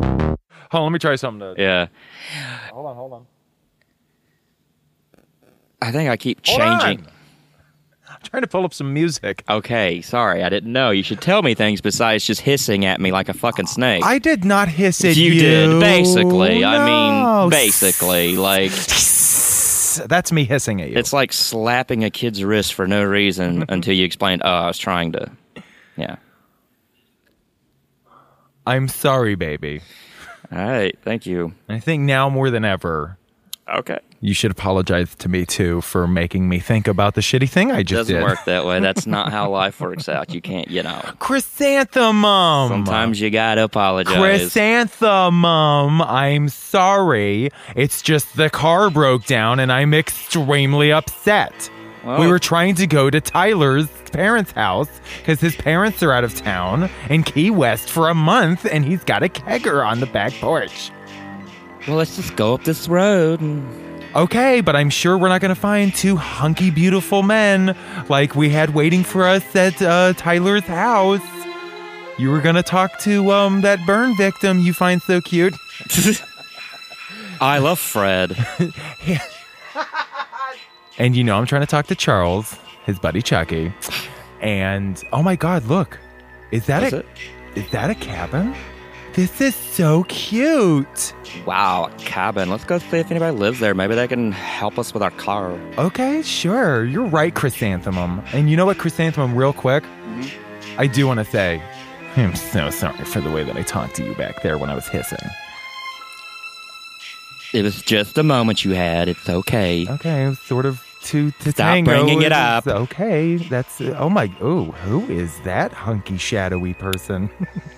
Hold on, let me try something. To, Yeah. Hold on, hold on. I think I keep Hold changing. on. I'm trying to pull up some music. Okay, sorry, I didn't know. You should tell me things besides just hissing at me like a fucking snake. I did not hiss at you. you, did, basically. I No. mean, basically, like That's me hissing at you. it's like slapping a kid's wrist for no reason until you explain. Oh, I was trying to. Yeah. I'm sorry, baby. All right. Thank you. I think now more than ever, Okay. you should apologize to me too for making me think about the shitty thing I just Doesn't did. work that way. That's not how life works out. You can't. You know. Chrysanthemum. Sometimes you gotta apologize. Chrysanthemum, I'm sorry. It's just the car broke down and I'm extremely upset. We Well- were trying to go to Tyler's parents' house because his parents are out of town in Key West for a month and he's got a kegger on the back porch. well, let's just go up this road. And, Okay, but I'm sure we're not going to find two hunky, beautiful men like we had waiting for us at uh, Tyler's house. You were going to talk to um, that burn victim you find so cute. I love Fred. And you know, I'm trying to talk to Charles, his buddy Chucky. And oh my God, look. Is that Is a, it? is that a cabin? This is so cute. Wow, a cabin. Let's go see if anybody lives there. Maybe they can help us with our car. Okay, sure. You're right, Chrysanthemum. And you know what, Chrysanthemum, real quick? I do want to say, I'm so sorry for the way that I talked to you back there when I was hissing. It was just a moment you had. It's okay. Okay, it was sort of too to Stop tango. bringing it It's up. Okay, that's. Oh my. Oh, who is that hunky, shadowy person?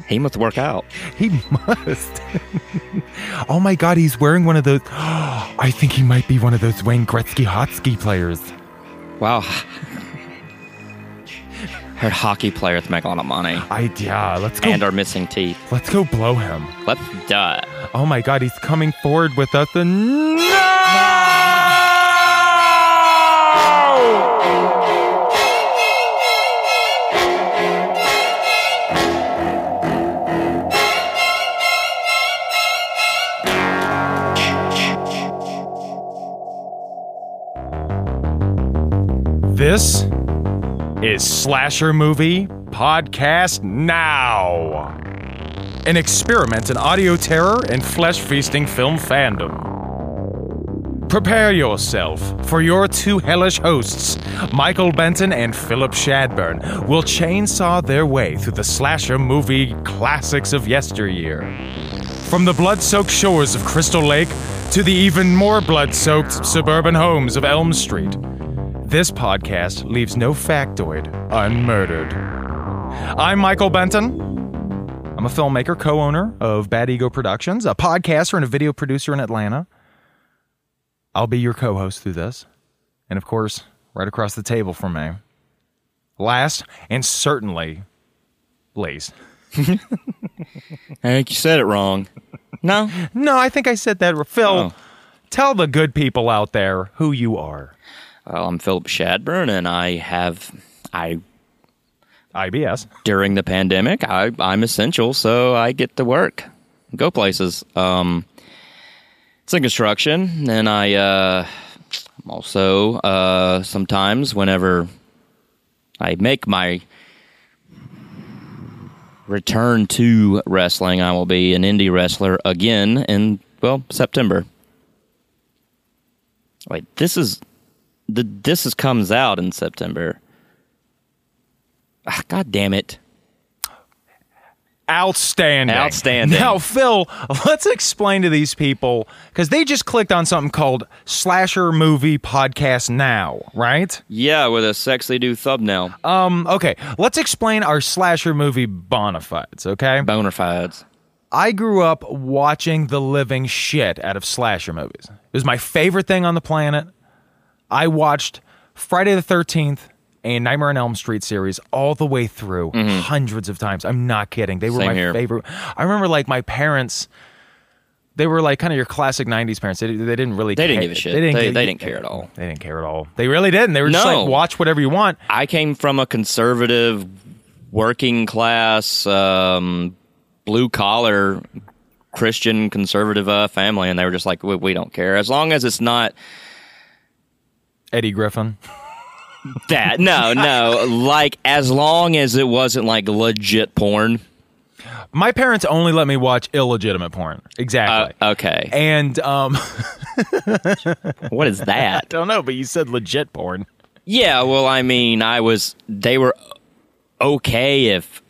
He must work out. He must. oh my God, he's wearing one of those. I think he might be one of those Wayne Gretzky Hotsky players. Wow. Her hockey players make a lot of money I yeah. Let's go. and uh, are missing teeth. let's go blow him. Let's die. Oh my God, he's coming forward with us. And no! This is Slasher Movie Podcast Now. An experiment in audio terror and flesh feasting film fandom. Prepare yourself, for your two hellish hosts, Michael Benton and Philip Shadburn, will chainsaw their way through the slasher movie classics of yesteryear. From the blood soaked shores of Crystal Lake to the even more blood soaked suburban homes of Elm Street, this podcast leaves no factoid unmurdered. I'm Michael Benton. I'm a filmmaker, co owner of Bad Ego Productions, a podcaster, and a video producer in Atlanta. I'll be your co host through this. And of course, right across the table from me, last and certainly least. I think you said it wrong. No. No, I think I said that. Phil, Oh. tell the good people out there who you are. Well, I'm Philip Shadburn, and I have I IBS. during the pandemic, I, I'm essential, so I get to work, go places. Um, it's in construction, and I uh, I'm also uh, sometimes whenever I make my return to wrestling, I will be an indie wrestler again in well September. Wait, this is the this is comes out in September. Ah, God damn it. Outstanding. Outstanding. Now, Phil, let's explain to these people because they just clicked on something called Slasher Movie Podcast Now, right? Yeah, with a sexy new thumbnail. Uh, Um, okay, let's explain our slasher movie bonafides, okay? Boner fides. I grew up watching the living shit out of slasher movies. It was my favorite thing on the planet. I watched Friday the 13th and Nightmare on Elm Street series all the way through hundreds of times. I'm not kidding. They were Mm-hmm. Same my here. favorite. I remember like my parents they were like kind of your classic 90s parents. They, they didn't really They didn't care. give a shit. They- give- they didn't care at all. They didn't care at all. They really didn't. They were just No. like watch whatever you want. I came from a conservative, working class, um, blue collar Christian conservative uh, family, and they were just like, we, we don't care as long as it's not Eddie Griffin. that. No, no, like as long as it wasn't like legit porn. My parents only let me watch illegitimate porn. Uh, Exactly. okay, and um, what is that? don't know, but you said legit porn. Yeah, well, I mean, I was. They were okay if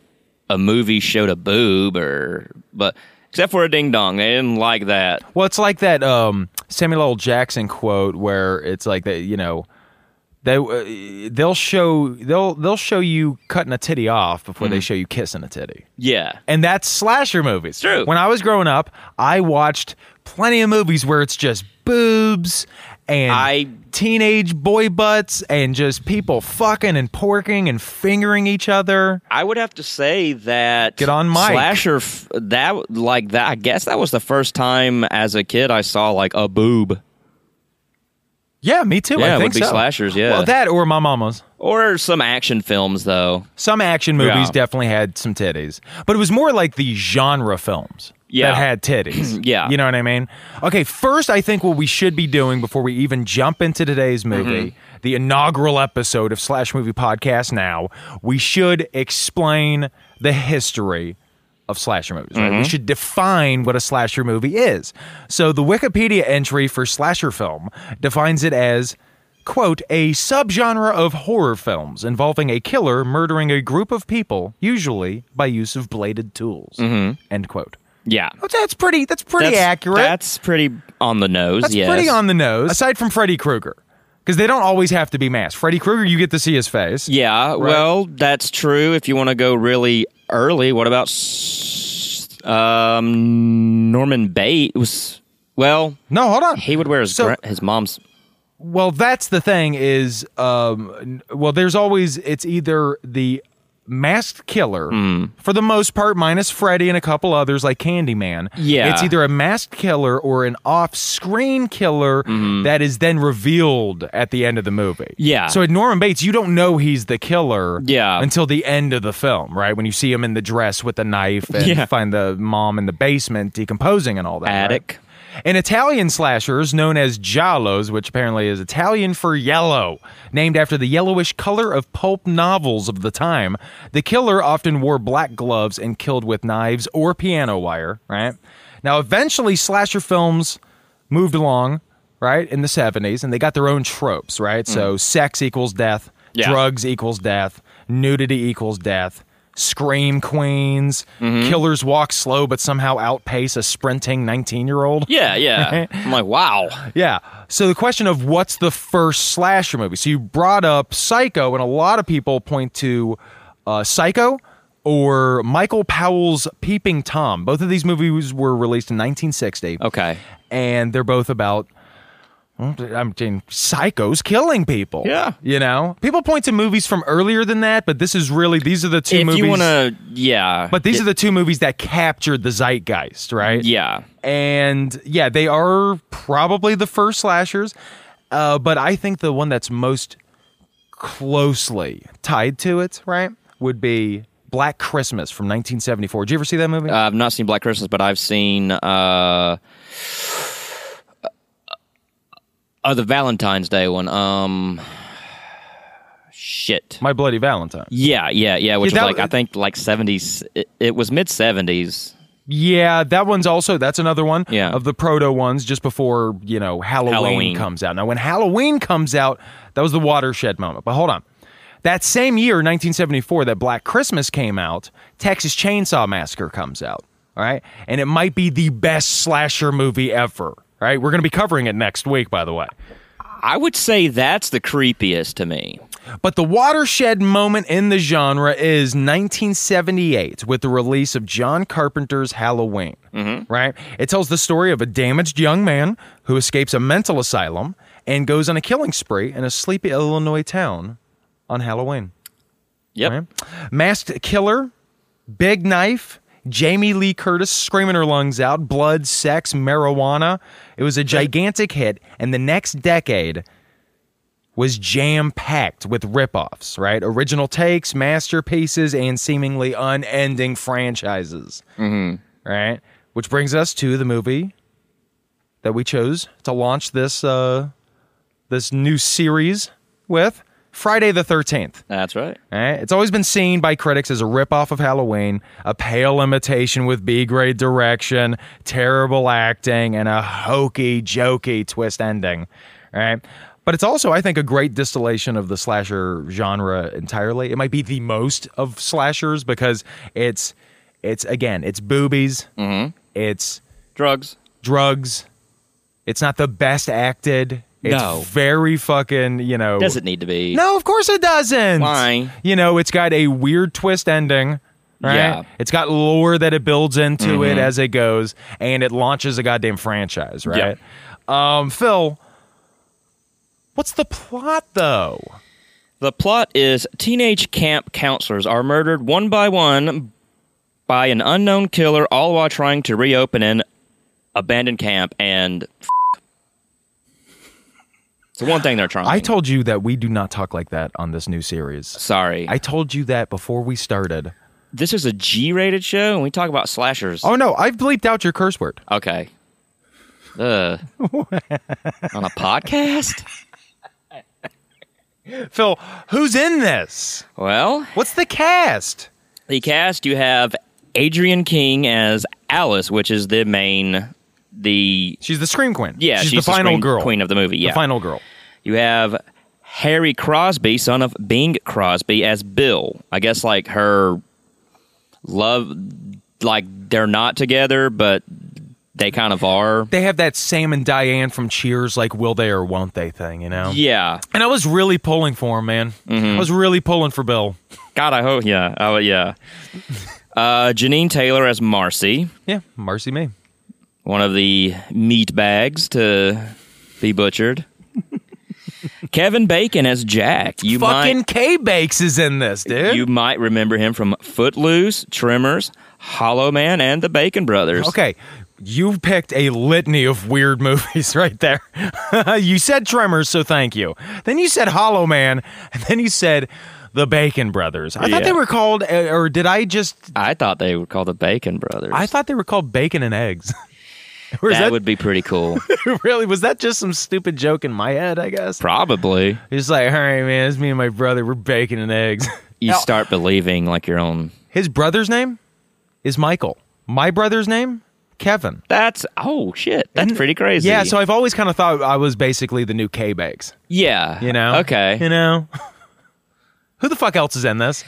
a movie showed a boob or, but except for a ding dong, they didn't like that. Well, it's like that um, Samuel L. Jackson quote where it's like that, you know, they uh, they'll show they'll they'll show you cutting a titty off before they show you kissing a titty. Yeah, And that's slasher movies. True. When I was growing up, I watched plenty of movies where it's just boobs and I- teenage boy butts and just people fucking and porking and fingering each other. I would have to say that Get on mic. slasher f- that like that. I guess that was the first time as a kid I saw like a boob Yeah, me too. I Yeah, it think would be so. slashers, yeah. Well, that or my mama's. or some action films though. Some action movies Yeah. definitely had some titties, but it was more like the genre films Yeah. that had titties. Yeah. You know what I mean? Okay, first, I think what we should be doing before we even jump into today's movie, the inaugural episode of Slash Movie Podcast Now, we should explain the history of slasher movies. Right? We should define what a slasher movie is. So the Wikipedia entry for slasher film defines it as quote a subgenre of horror films involving a killer murdering a group of people usually by use of bladed tools end quote Yeah, Oh, that's pretty that's pretty That's- accurate That's pretty on the nose. That's yes. pretty on the nose aside from freddy krueger because they don't always have to be masked freddy krueger you get to see his face Yeah, well, that's true. If you want to go really early, what about s- um, Norman Bates? Was well, no hold on he would wear his So- gra- his mom's. Well, that's the thing is, um, n- well, there's always it's either the masked killer Hmm. for the most part, minus Freddy and a couple others like Candyman. Yeah. it's either a masked killer or an off-screen killer that is then revealed at the end of the movie. Mm-hmm. Yeah. So at Norman Bates, you don't know he's the killer. Yeah. Until the end of the film, right? When you see him in the dress with the knife and Yeah. find the mom in the basement decomposing and all that. right? Attic. An Italian slasher is known as giallos, which apparently is Italian for yellow, named after the yellowish color of pulp novels of the time. The killer often wore black gloves and killed with knives or piano wire, right? Now, eventually, slasher films moved along, right, in the 70s, and they got their own tropes, right? So, sex equals death, Yeah. drugs equals death, nudity equals death. Scream queens, killers walk slow but somehow outpace a sprinting 19 year old. Yeah, yeah. I'm like, wow. Yeah. So the question of what's the first slasher movie? So you brought up Psycho, and a lot of people point to uh, Psycho or Michael Powell's Peeping Tom. Both of these movies were released in 1960, Okay. and they're both about. I'm mean, psychos killing people. Yeah. you know, people point to movies from earlier than that, but this is really these are the two if movies. you want to, yeah, but these are the two movies that captured the zeitgeist, right? yeah, and yeah, they are probably the first slashers, uh, but I think the one that's most closely tied to it, right, would be Black Christmas from 1974. Did you ever see that movie? I've not seen Black Christmas, but I've seen uh, uh the Valentine's Day one. Um, shit. My Bloody Valentine. Yeah, yeah, yeah. Which Yeah, was that- like I think like seventies. It, it was mid seventies. Yeah, that one's also that's another one Yeah. of the proto ones just before, you know, Halloween, Halloween. comes out. Now when Halloween comes out, that was the watershed moment. But hold on. That same year, 1974, that Black Christmas came out, Texas Chainsaw Massacre comes out, all right? And it might be the best slasher movie ever, all right? We're going to be covering it next week, by the way. I would say that's the creepiest to me. But the watershed moment in the genre is 1978 with the release of John Carpenter's Halloween. Right? It tells the story of a damaged young man who escapes a mental asylum and goes on a killing spree in a sleepy Illinois town on Halloween. Yep. Right? Masked killer, big knife, Jamie Lee Curtis screaming her lungs out, blood, sex, marijuana. It was a gigantic hit, and the next decade was jam packed with ripoffs, right? Original takes, masterpieces, and seemingly unending franchises, right? Which brings us to the movie that we chose to launch this uh, this new series with Friday the 13th. That's right. All right? It's always been seen by critics as a ripoff of Halloween, a pale imitation with B grade direction, terrible acting, and a hokey, jokey twist ending. All right? But it's also, I think, a great distillation of the slasher genre entirely. It might be the most of slashers because it's, it's again, it's boobies, Mm-hmm. it's Drugs. drugs, it's not the best acted. It's No. very fucking, you know. Doesn't need to be. Oh. No, of course it doesn't. Why? You know, it's got a weird twist ending. Right? Yeah. It's got lore that it builds into it as it goes, and it launches a goddamn franchise, right? Um, Phil, what's the plot though? The plot is teenage camp counselors are murdered one by one by an unknown killer, all while trying to reopen an abandoned camp. And f- it's the one thing they're trying. I told you that we do not talk like that on this new series. Sorry, I told you that before we started. this is a G-rated show, and we talk about slashers. Oh no, I've bleeped out your curse word. Okay. Ugh. on a podcast? Phil, who's in this? Well, What's the cast? the cast you have Adrian King as Alice, which is the main, the She's the scream queen. yeah, she's, she's, the final screen girl. queen of the movie. Yeah, The final girl. You have Harry Crosby, son of Bing Crosby, as Bill. I guess like her love, like they're not together, but they kind of are. they have that Sam and Diane from Cheers, like will they or won't they thing, you know? Yeah. And I was really pulling for him, man. Mm-hmm. I was really pulling for Bill. God, I hope. Yeah. Oh, yeah. Uh, Janine Taylor as Marcy, Yeah, mercy me. one of the meat bags to be butchered. Kevin Bacon as Jack. You Fucking might, K Bakes is in this, dude. You might remember him from Footloose, Tremors, Hollow Man, and The Bacon Brothers. okay, you picked a litany of weird movies right there. you said Tremors, so thank you. Then you said Hollow Man, and then you said The Bacon Brothers. I thought Yeah. they were called, uh, or did I just? I thought they were called the Bacon Brothers. I thought they were called Bacon and Eggs. or is that, that, would be pretty cool. really was that just some stupid joke in my head? I guess. Probably. He's like, all right, man, it's me and my brother. We're bacon and eggs. You Now, start believing like your own. his brother's name is Michael. My brother's name, Kevin. That's oh shit. That's And- pretty crazy. Yeah, so I've always kind of thought I was basically the new K Bakes, yeah. you know? Okay. You know? Who the fuck else is in this?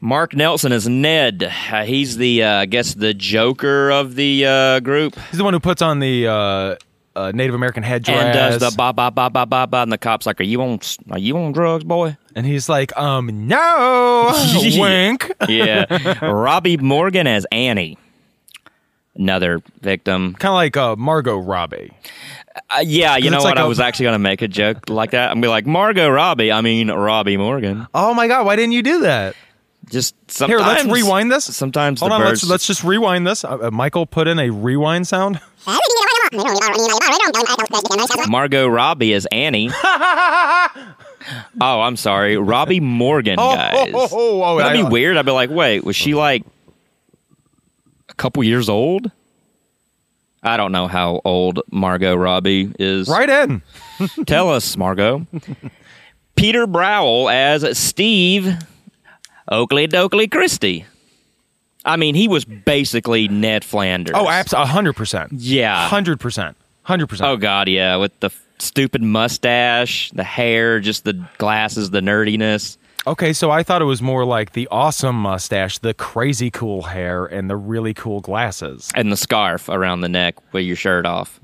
Mark Nelson is Ned. Uh, he's the uh, I guess the Joker of the uh, group He's the one who puts on the uh, uh, Native American headdress. and does the ba ba ba ba ba ba and the cops like are you on are you on drugs boy? and he's like, um, no, wink. Yeah. Robbie Morgan as Annie. Another victim. Kind of like uh, Margot Robbie. Uh, yeah, you know it's what? like I a- was actually gonna make a joke like that. I'm gonna be like Margot Robbie. I mean Robbie Morgan. Oh my God, why didn't you do that? Just Here, sometimes. let's rewind this. Sometimes Hold the on, birds. let's, let's just rewind this. Uh, uh, Michael put in a rewind sound. Margot Robbie is Annie. oh, I'm sorry, Robbie Morgan, Oh, guys. oh, oh, oh, That'd I- be weird. I'd be like, wait, was she like a couple years old? I don't know how old Margot Robbie is. Right in. Tell us, Margot. Peter Browell as Steve Oakley Doakley Christie. I mean, he was basically Ned Flanders. Oh, absolutely, hundred percent. Yeah. hundred percent, hundred Oh percent. God, yeah, with the f- stupid mustache, the hair, just the glasses, the nerdiness. Okay, so I thought it was more like the awesome mustache, the crazy cool hair, and the really cool glasses. And the scarf around the neck with your shirt off.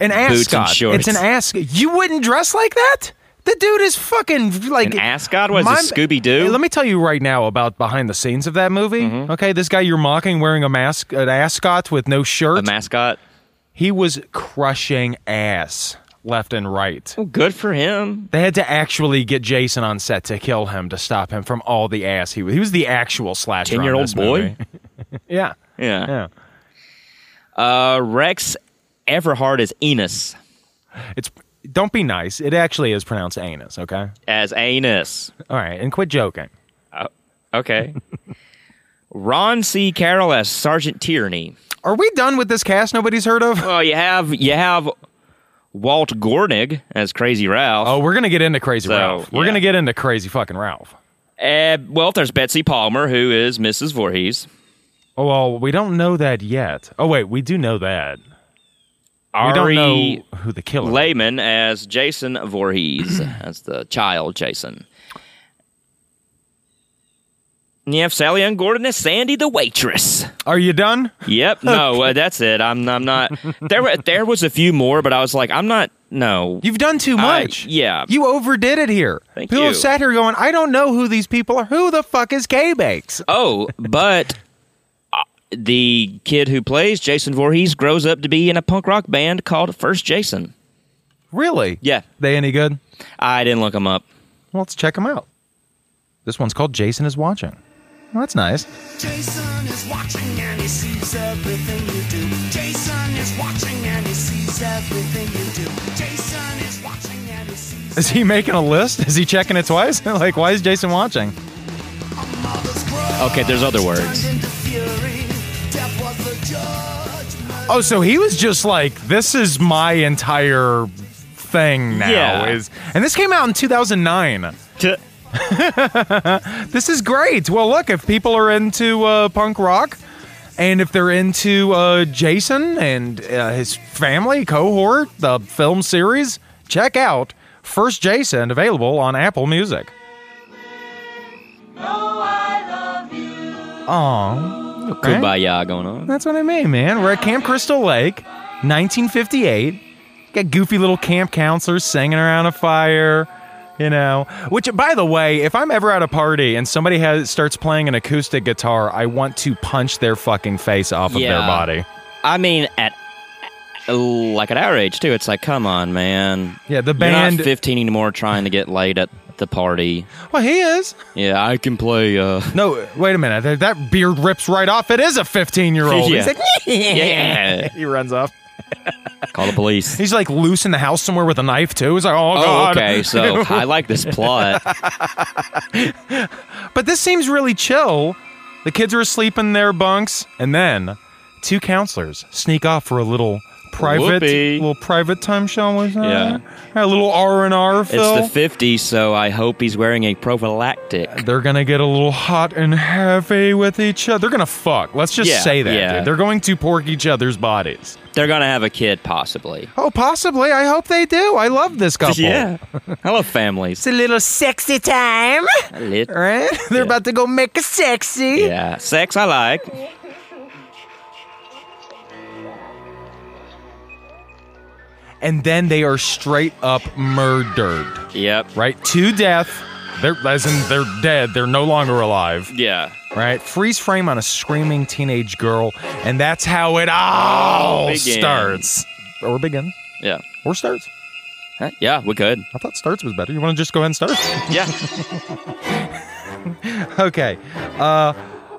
An Boots and ascot. It's shorts. an ascot. You wouldn't dress like that. The dude is fucking like An ascot? What is My- this, Scooby-Doo? Hey, Let me tell you right now about behind the scenes of that movie. Mm-hmm. Okay, this guy you're mocking wearing a mask, an ascot with no The shirt. mascot. he was crushing ass left and right. Well, Oh, good for him. They had to actually get Jason on set to kill him to stop him from all the ass he was. He was the actual slasher. on 10-year-old this boy? movie. yeah, Yeah. yeah. Uh, Rex Everhart is Enos It's don't be nice. It actually is pronounced anus. Okay. as Anus. All right, and quit joking. Okay. Ron C. Carroll as Sergeant Tierney. Are we done with this cast nobody's heard of? Well, you have you have Walt Gornig as Crazy Ralph. Oh, we're gonna get into Crazy So, Ralph. We're yeah. gonna get into Crazy fucking Ralph. Uh, well, there's Betsy Palmer, who is Mrs. Voorhees. Oh well, we don't know that yet. Oh wait, we do know that. We don't know who the killer. is. Layman as Jason Voorhees, as the child Jason. And you have Sally Ann Gordon as Sandy the waitress. Are you done? Yep. No, uh, that's it. I'm. I'm not. There. were There was a few more, but I was like, I'm not. No. You've done too I- much. yeah. You overdid it here. Thank people you. sat here going, I don't know who these people are. Who the fuck is K Bakes? Oh, but uh, the kid who plays Jason Voorhees grows up to be in a punk rock band called First Jason. Really? Yeah, They any good? I didn't look him up. Well, let's check them out. This one's called Jason is Watching. Well, that's nice. Jason is watching and he sees everything you do. Jason is watching and he sees everything you do. Jason is watching and he sees Is he making a list? Is he checking it twice? like, why is Jason watching? a mother's grudge Okay, there's other words. turned into fury. Death was the judgment. Oh, so he was just like, this is my entire thing now. Yeah. Is and this came out in 2009. This is great. Well, look, if people are into uh, punk rock, and if they're into uh, Jason and uh, his family cohort, the film series, check out First Jason, available on Apple Music. Oh, Right? Kumbaya going on. that's what I mean, man. We're at Camp Crystal Lake, 1958. Got goofy little camp counselors singing around a fire, you know. Which, by the way, if I'm ever at a party and somebody has starts playing an acoustic guitar, I want to punch their fucking face off of their Yeah. body. I mean, at like at our age too, it's like, come on, man. Yeah, the You're band. not 15 anymore, trying to get laid at the party. well, he is. Yeah, I can play. Uh, No, wait a minute. That- That beard rips right off. It is a 15 year old. He's Yeah. like, yeah, he runs off. call the police. He's like loose in the house somewhere with a knife too. He's like, oh, Oh, god. okay. So I like this plot. But this seems really chill. The kids are asleep in their bunks, and then two counselors sneak off for a little private, Whoopee. little private time, shall we say? Yeah. a little R and R. Phil. It's the 50s, so I hope he's wearing a prophylactic. they're gonna get a little hot and heavy with each other. They're gonna fuck. Let's just Yeah, say that. yeah. dude. They're going to pork each other's bodies. They're gonna have a kid, possibly. Oh, possibly. I hope they do. I love this couple. I love families. It's a little sexy time, right? They're Yeah. about to go make a sexy. Yeah, sex I like. And then they are straight up murdered. Yep. right? To death. They're, as in, they're dead. They're no longer alive, Yeah. right? Freeze frame on a screaming teenage girl, and that's how it all Begins. starts. Or begins. Yeah. Or starts. Huh? Yeah, we could. I thought starts was better. You want to just go ahead and start? Yeah. okay. Uh,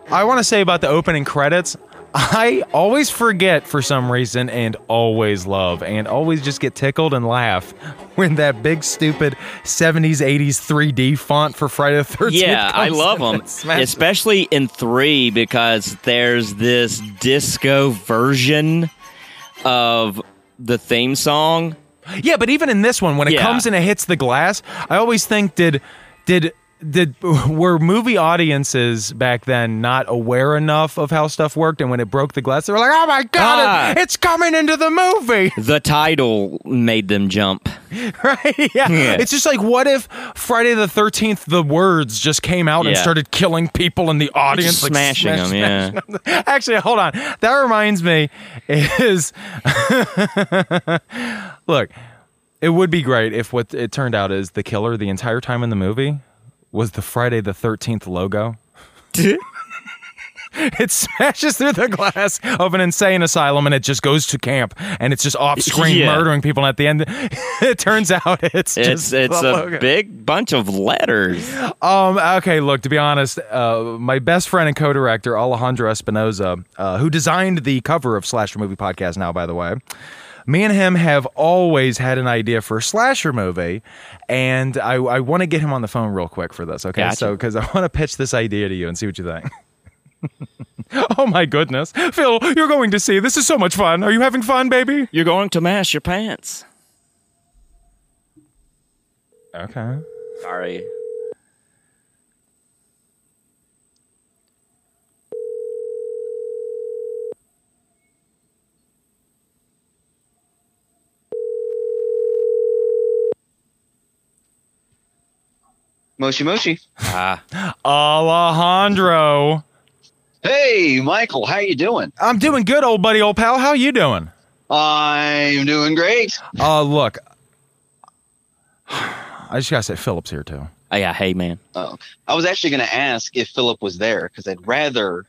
I want to say about the opening credits. I always forget for some reason and always love and always just get tickled and laugh when that big stupid 70s 80s 3D font for Friday the 13th yeah, I comes love in them, and smashes especially in three because there's this disco version of the theme song. Yeah, but even in this one, when it Yeah. comes and it hits the glass, I always think did did did were movie audiences back then not aware enough of how stuff worked, and when it broke the glass, they were like, "Oh my god, Ah. it, it's coming into the movie!" The title made them jump. right? Yeah. Yeah. it's just like, what if Friday the Thirteenth, the words just came out and Yeah. started killing people in the audience, Just like, smashing smash, them. Yeah. Actually, hold on. That reminds me is look, it would be great if what it turned out is the killer the entire time in the movie was the Friday the 13th logo. It smashes through the glass of an insane asylum and it just goes to camp and it's just off screen Yeah. murdering people. And at the end, it turns out it's It's just it's the a logo. big bunch of letters. Um, okay, look, to be honest, uh, my best friend and co director, Alejandro Espinoza, uh, who designed the cover of Slasher Movie Podcast now, by the way, me and him have always had an idea for a slasher movie, and I, I want to get him on the phone real quick for this, okay? Gotcha. So, because I want to pitch this idea to you and see what you think. Oh my goodness. Phil, you're going to see. This is so much fun. Are you having fun, baby? You're going to mash your pants. Okay. Sorry. Moshi Moshi. Ah, Alejandro. Hey, Michael, how you doing? I'm doing good, old buddy, old pal. How you doing? I'm doing great. Uh, look. I just gotta say Philip's here too. yeah. Hey, man. Oh, I was actually going to ask if Philip was there because I'd rather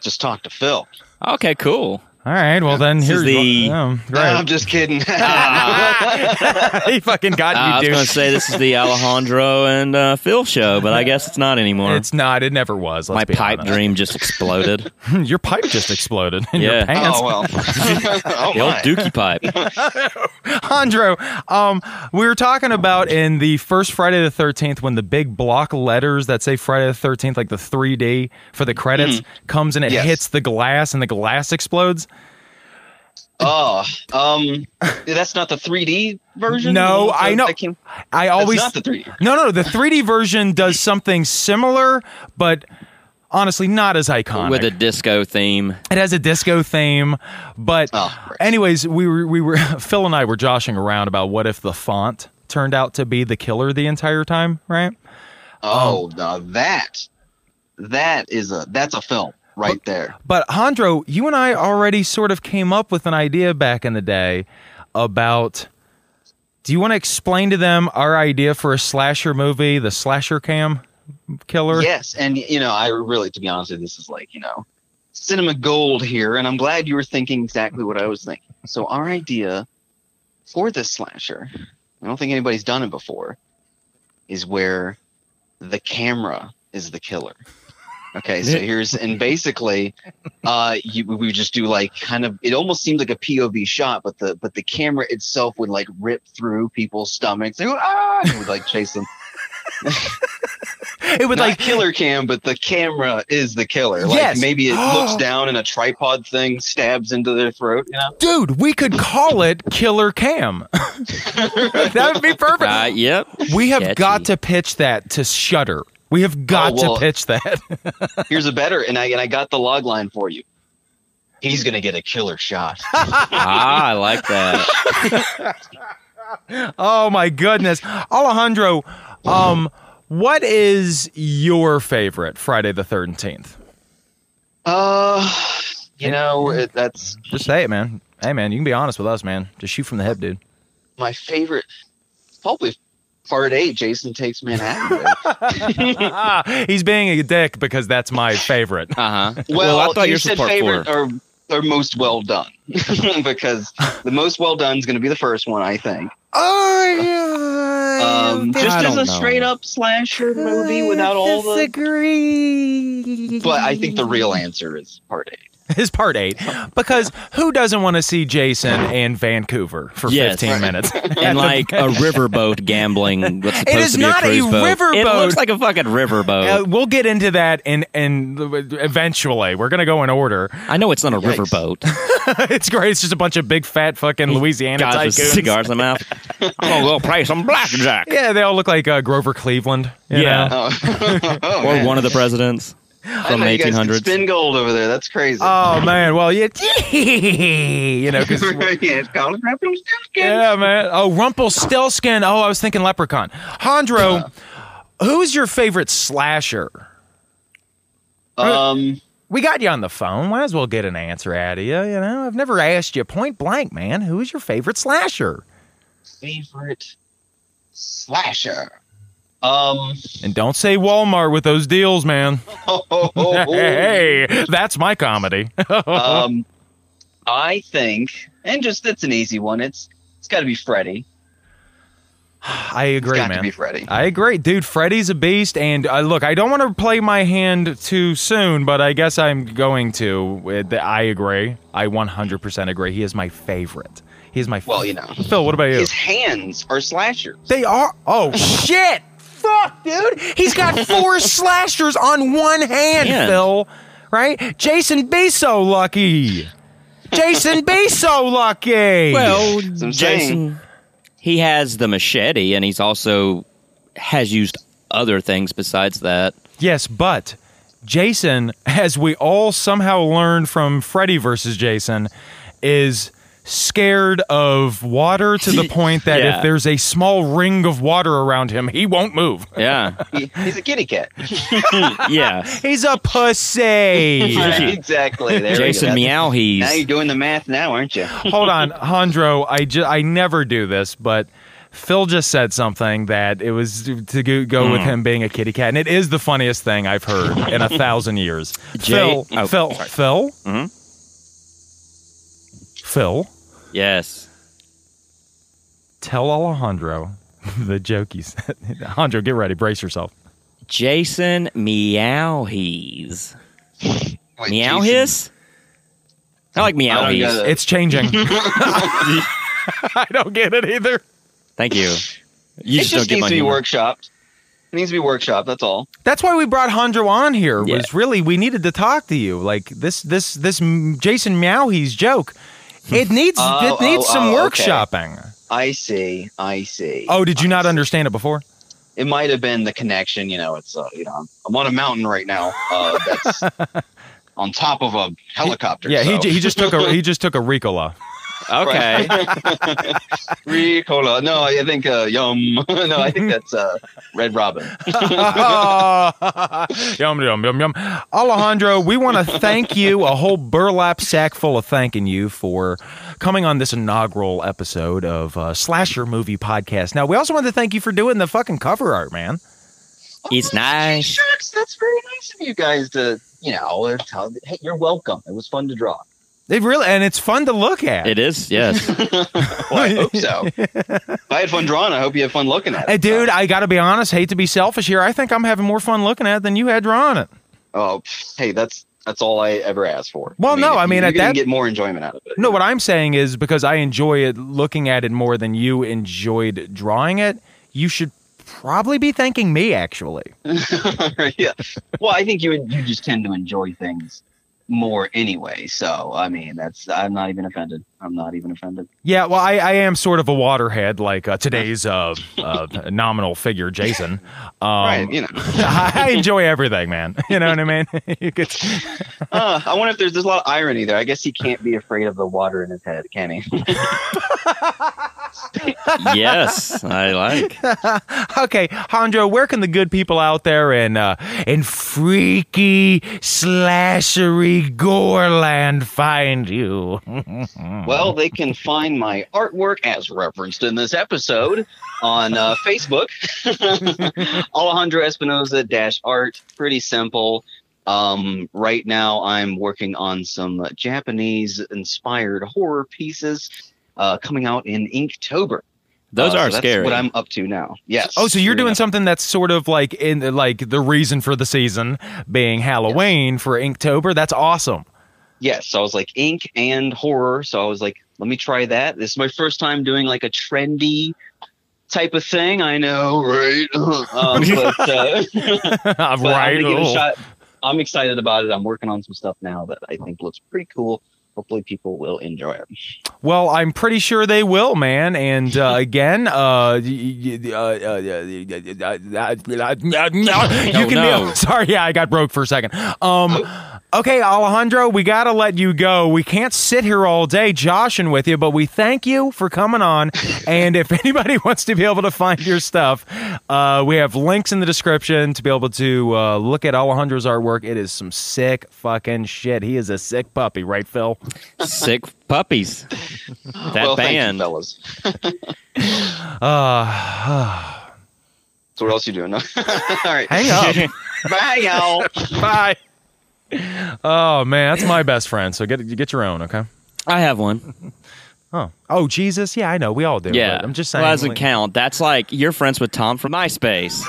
just talk to Phil. Okay, cool. All right, well then This here's is the- oh, No, I'm great. just kidding. Ah, he fucking got Uh, I was you, dude. going to say this is the Alejandro and uh, Phil show, but I guess it's not anymore. It's not. It never was. Let's My be pipe honest. dream just exploded. your pipe just exploded in your Yeah. pants. oh well. oh, the old my. dookie pipe. Oh, Alejandro, um, we were talking about in the first Friday the 13th when the big block letters that say Friday the 13th, like the 3D for the credits, Mm-hmm. comes and it Yes. hits the glass and the glass explodes. Oh, um, that's not the 3D version. No, I know. Oh, That came- I that's always. not the 3D. no, no, the 3D version does something similar, but honestly, not as iconic. with a disco theme. It has a disco theme, but Oh, right. anyways, we were we were Phil and I were joshing around about what if the font turned out to be the killer the entire time, right? Oh, now that that is a that's a film right there. But Hondro, you and I already sort of came up with an idea back in the day about do you want to explain to them our idea for a slasher movie, the slasher cam killer? Yes, and you know, I really, to be honest, with you, this is like you know, cinema gold here, and I'm glad you were thinking exactly what I was thinking. So our idea for this slasher, I don't think anybody's done it before, is where the camera is the killer. Okay, so here's and basically, uh, you, we would just do like kind of it almost seems like a POV shot, but the but the camera itself would like rip through people's stomachs. They would, ah, and it would like chase them It would not like killer cam, but the camera is the killer. Like Yes. maybe it looks down and a tripod thing stabs into their throat. You know? dude, we could call it Killer Cam. that would be perfect. Uh, yep. We have Sketchy. got to pitch that to Shudder. We have got Oh, well- to pitch that. Here's a better, and I and I got the log line for you. He's gonna get a killer shot. ah, I like that. oh my goodness, Alejandro, um, what is your favorite Friday the Thirteenth? Uh, you know it, that's Just say it, man. Hey, man, you can be honest with us, man. Just shoot from the hip, dude. my favorite. Probably part eight. Jason takes Manhattan. Ah, he's being a dick because that's my favorite. Uh huh. Well, I thought you yours was said part favorite four. or or most well done because the most well done is going to be the first one, I think. Oh, um, just I as don't a know. straight up slasher movie without all the. But I think the real answer is part eight. his part eight, because who doesn't want to see Jason and Vancouver for Yes. fifteen minutes? And like a riverboat gambling. What's supposed is to be not a a, cruise boat. It riverboat. looks like a fucking Uh, riverboat. we'll get into that in in eventually. We're gonna go in order. I know it's not a Yikes. riverboat. it's great. It's just a bunch of big fat fucking Louisiana Guys with tycoons. cigars in their mouth. I'm gonna go play some blackjack. Yeah, they all look like uh, Grover Cleveland. you Yeah. know? Oh, oh, Or man. one of the presidents I from know the you guys can 1800s. Spin gold over there. That's crazy. Oh man. Well, yeah. you know, 'cause- yeah, it's called yeah. yeah, man. Oh, Rumpelstiltskin. Oh, I was thinking Leprechaun. Hondro, who's your favorite slasher? Um, We got you on the phone. Might as well get an answer out of you. You know, I've never asked you point blank, man. Who is your favorite slasher? favorite slasher. Um, oh, And don't say Walmart with those deals, man. hey, that's my comedy. um, I think, and just it's an easy one. It's it's got to be Freddy. I agree, got man. to be Freddy. I agree, dude. Freddy's a beast, and uh, look, I don't want to play my hand too soon, but I guess I'm going to. Uh, I agree. I 100% agree. He is my favorite. He is my. f- Well, you know, Phil, what about you? his hands are slashers. they are. Oh shit! Fuck, dude. He's got four slashers on one hand, Hand. Phil. right? Jason, be so lucky. Jason, be so lucky. Well, what I'm Jason, he has the machete, and he's also has used other things besides that. yes, but Jason, as we all somehow learned from Freddy versus Jason, is scared of water to the point that Yeah. if there's a small ring of water around him, he won't move. Yeah, He- he's a kitty cat. yeah. He's a pussy. exactly. There we go. Jason That's- meow. Now you're He's doing the math now, aren't you? Hold on, Hondro. I, ju- I never do this, but Phil just said something that it was to to go, go Hmm. with him being a kitty cat, and it is the funniest thing I've heard in a thousand years. Jay- Phil, oh, Phil, sorry. Mm-hmm. Phil, Mhm. Phil, yes. tell Alejandro the joke you said. Alejandro, get ready, brace yourself. Jason meow. He's Wait, meow. Jason- His. I like meow. I don't know He's. that. It's changing. I don't get it either. Thank you. You it just, don't just get needs my to be humor. workshopped. It needs to be workshopped. That's all. That's why we brought Hondro on here. Yeah. Was really we needed to talk to you. Like this, this, this m- Jason Meowhe's joke. It needs Oh, it needs oh, some oh, okay. workshopping. I see. I see. Oh, did you not I see. understand it before? It might have been the connection. You know, it's uh, you know, I'm, I'm on a mountain right now. Uh, that's on top of a helicopter. Yeah, he, so- ju- he just took a he just took a Ricola. Okay. Ricola. No, I think uh, yum. no, I think that's uh, Red Robin. yum yum yum yum. Alejandro, we want to thank you a whole burlap sack full of thanking you for coming on this inaugural episode of uh, Slasher Movie Podcast. Now we also want to thank you for doing the fucking cover art, man. It's Oh, nice. Shucks, that's very nice of you guys to, you know, tell, hey, you're welcome. It was fun to draw. It really and it's fun to look at. It is. Yes. Well, Oh, I hope so. if I had fun drawing, I hope you had fun looking at it. Hey, dude, I got to be honest. Hate to be selfish here. I think I'm having more fun looking at it than you had drawing it. Oh, pff, hey, that's that's all I ever asked for. Well, no, if I mean, you're at gonna that- get more enjoyment out of it. No, what I'm saying is because I enjoy it looking at it more than you enjoyed drawing it, you should probably be thanking me, actually. yeah. Well, I think you you just tend to enjoy things more anyway. So, I mean, that's I'm not even offended. I'm not even offended. Yeah, well, I, I am sort of a waterhead, like uh, today's uh, uh, nominal figure, Jason. Um, right? You know, I, I enjoy everything, man. You know what I mean? you could, uh, I wonder if there's there's a lot of irony there. I guess he can't be afraid of the water in his head, can he? yes. I like. Okay, Hondro, where can the good people out there in uh, in freaky slashery goreland find you? Well, they can find my artwork as referenced in this episode on uh, Facebook. Alejandro Espinoza dash art. Pretty simple. Um, right now, I'm working on some Japanese inspired horror pieces uh, coming out in Inktober. Those Uh, are so that's scary. what I'm up to now. Yes. Oh, so you're Sure doing enough. something that's sort of like in like the reason for the season being Halloween for Inktober. That's awesome. Yes. So I was like ink and horror. So I was like, let me try that. This is my first time doing like a trendy type of thing. I know, right? um, but, uh, I'm but right. I'm, gonna give it a Oh. shot. I'm excited about it. I'm working on some stuff now that I think looks pretty cool. Hopefully, people will enjoy it. Well, I'm pretty sure they will, man. And uh, again, uh, y- y- uh, uh, you can no. be. Sorry, yeah, I got broke for a second. Um, okay, Alejandro, we gotta let you go. We can't sit here all day joshing with you, but we thank you for coming on. And if anybody wants to be able to find your stuff, uh, we have links in the description to be able to uh, look at Alejandro's artwork. It is some sick fucking shit. He is a sick puppy, right, Phil? Sick puppies. That well, thank you, band. fellas. Uh, So what else you doing? No? All right. hang up. Bye, y'all. Bye. Oh man, that's my best friend. So get you get your own, okay? I have one. Oh, oh Jesus, yeah, I know we all do. Yeah. but I'm just saying. Well, that doesn't like- count. That's like you're friends with Tom from MySpace.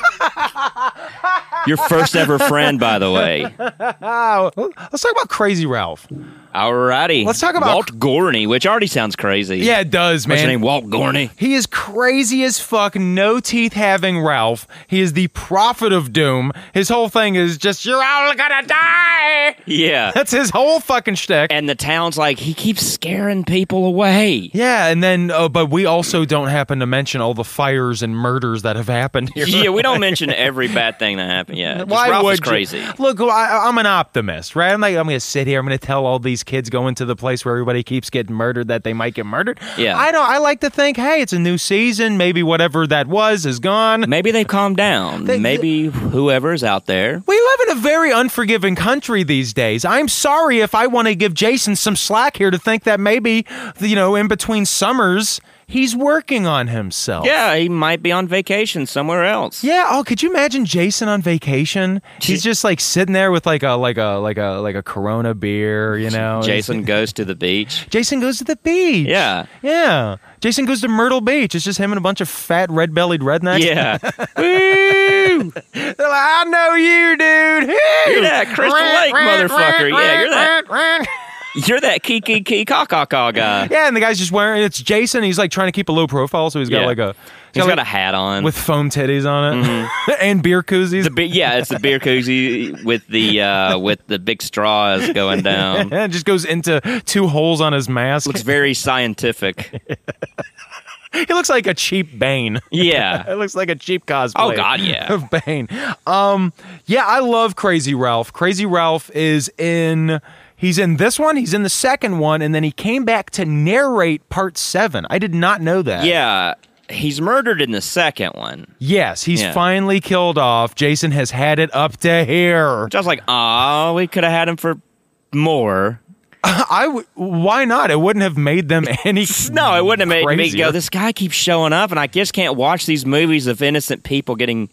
your first ever friend, by the way. Ah, Oh, let's talk about Crazy Ralph. Alrighty. Let's talk about- Walt Gorney, which already sounds crazy. Yeah, it does, What's your name? man. Walt Gorney. He is crazy as fuck, no teeth having Ralph. He is the prophet of doom. His whole thing is just, you're all gonna die. Yeah. That's his whole fucking shtick. and the town's like, he keeps scaring people away. yeah, and then, uh, but we also don't happen to mention all the fires and murders that have happened here. Yeah, we don't mention every bad thing that happened. Yeah, Just Why Ralph would is crazy. You? Look, I, I'm an optimist, right? I'm like, I'm gonna sit here. I'm gonna tell all these kids going to the place where everybody keeps getting murdered that they might get murdered. Yeah. I don't. I like to think, hey, it's a new season. Maybe whatever that was is gone. Maybe they've calmed down. They- Maybe whoever's out there. We live in a very unforgiving country these days. I'm sorry if I want to give Jason some slack here to think that maybe, you know, in between summers, he's working on himself. Yeah, he might be on vacation somewhere else. Yeah. Oh, could you imagine Jason on vacation? He's just like sitting there with like a like a like a like a Corona beer, you know. Jason goes to the beach. Jason goes to the beach. Yeah. Yeah. Jason goes to Myrtle Beach. It's just him and a bunch of fat red bellied rednecks. Yeah. Woo! They're like, I know you, dude. You're that Crystal Lake motherfucker. Yeah, you're that you're that key key kee caw caw caw guy. Yeah, and the guy's just wearing it's Jason. He's like trying to keep a low profile, so he's got Yeah. like a He's like- got a hat on. with foam titties on it and beer koozies. the be- yeah, it's the beer koozie with the uh, with the big straws going and down. it just goes into two holes on his mask. Looks very scientific. he looks like a cheap Bane. Yeah. It looks like a cheap cosplay. Oh, God, yeah. Of Bane. Um, yeah, I love Crazy Ralph. Crazy Ralph is in. He's in this one. He's in the second one, and then he came back to narrate part seven. I did not know that. Yeah. He's murdered in the second one. Yes, he's Yeah. finally killed off. Jason has had it up to here. Which I was like, oh, we could have had him for more. I w- why not? It wouldn't have made them any. No, it wouldn't have made me crazier. go, this guy keeps showing up, and I just can't watch these movies of innocent people getting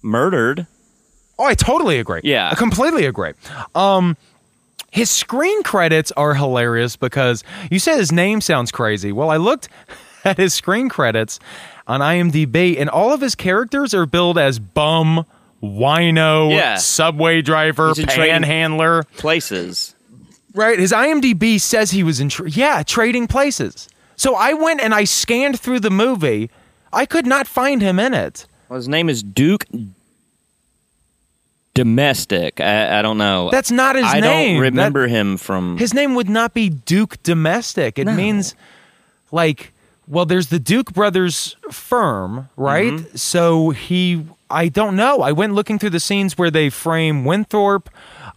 murdered. Oh, I totally agree. Yeah. I completely agree. Um, his screen credits are hilarious because you said his name sounds crazy. Well, I looked at his screen credits on IMDb, and all of his characters are billed as bum, wino, Yeah. subway driver, He's in trading- panhandler. Places. Right. His IMDb says he was in, tra- yeah, Trading Places. So I went and I scanned through the movie. I could not find him in it. Well, his name is Duke Domestic. I, I don't know. That's not his I name. don't That- remember him from. his name would not be Duke Domestic. It means like, well, there's the Duke Brothers firm, right? Mm-hmm. So he, I don't know. I went looking through the scenes where they frame Winthrop.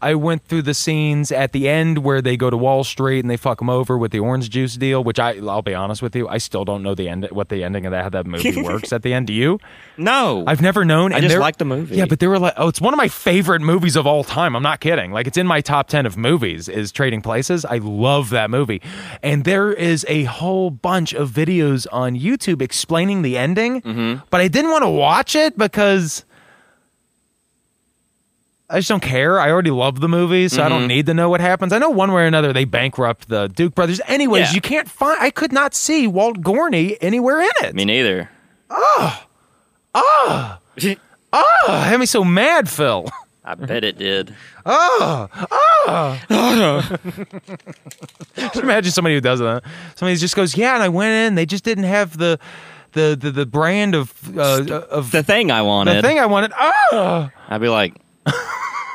I went through the scenes at the end where they go to Wall Street and they fuck him over with the orange juice deal, which I, I'll be honest with you, I still don't know the end, what the ending of that, how that movie works at the end. Do you? no. I've never known. I and just they're- like the movie. Yeah, but they were like, oh, it's one of my favorite movies of all time. I'm not kidding. Like, it's in my top ten of movies. Is Trading Places. I love that movie. And there is a whole bunch of videos on YouTube explaining the ending, Mm-hmm. but I didn't want to watch it because. I just don't care. I already love the movie, so I Mm-hmm. don't need to know what happens. I know one way or another they bankrupt the Duke brothers. Anyways, Yeah. you can't find. I could not see Walt Gorney anywhere in it. Ah, Me neither. Oh, had me so mad, Phil. I bet it did. Ah, Just imagine somebody who does that. Somebody just goes, "Yeah," and I went in. They just didn't have the the the, the brand of uh, of The thing I wanted. the thing I wanted. Oh, I'd be like,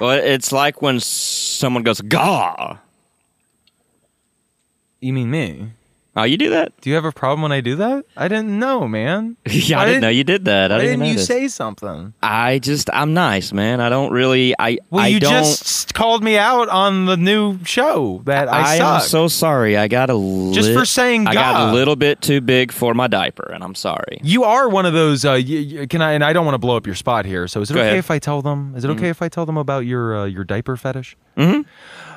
well, it's like when someone goes, "Gah." you mean me? Oh, you do that? Do you have a problem when I do that? I didn't know, man. yeah, I Why didn't know didn't- you did that. I Why didn't didn't you notice. say something? I just, I'm nice, man. I don't really, I, Well, I you don't. just called me out on the new show that I, am suck. so sorry. I got a li- Just for saying I got "Gah." a little bit too big for my diaper, and I'm sorry. you are one of those. Uh, y y can I? And I don't want to blow up your spot here. So is it Go okay ahead. Mm-hmm. if I tell them? Is it okay if I tell them about your uh, your diaper fetish? Mm-hmm.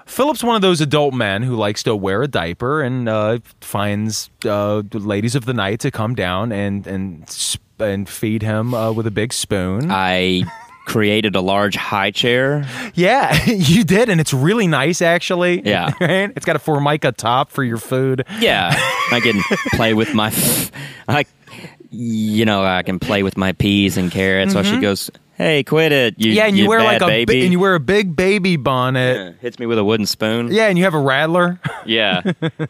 Philip's one of those adult men who likes to wear a diaper and uh, finds uh, the ladies of the night to come down and and sp- and feed him uh, with a big spoon. Ah. I created a large high chair. yeah, you did, and it's really nice actually. Yeah. Right? it's got a formica top for your food. Yeah, I can play with my, I, you know, I can play with my peas and carrots. So she goes, Hey, quit it! You, Mm-hmm. yeah, and you, wear like bad a baby. bi- and you wear a big baby bonnet. Yeah, hits me with a wooden spoon. Yeah, and you have a rattler. All Yeah.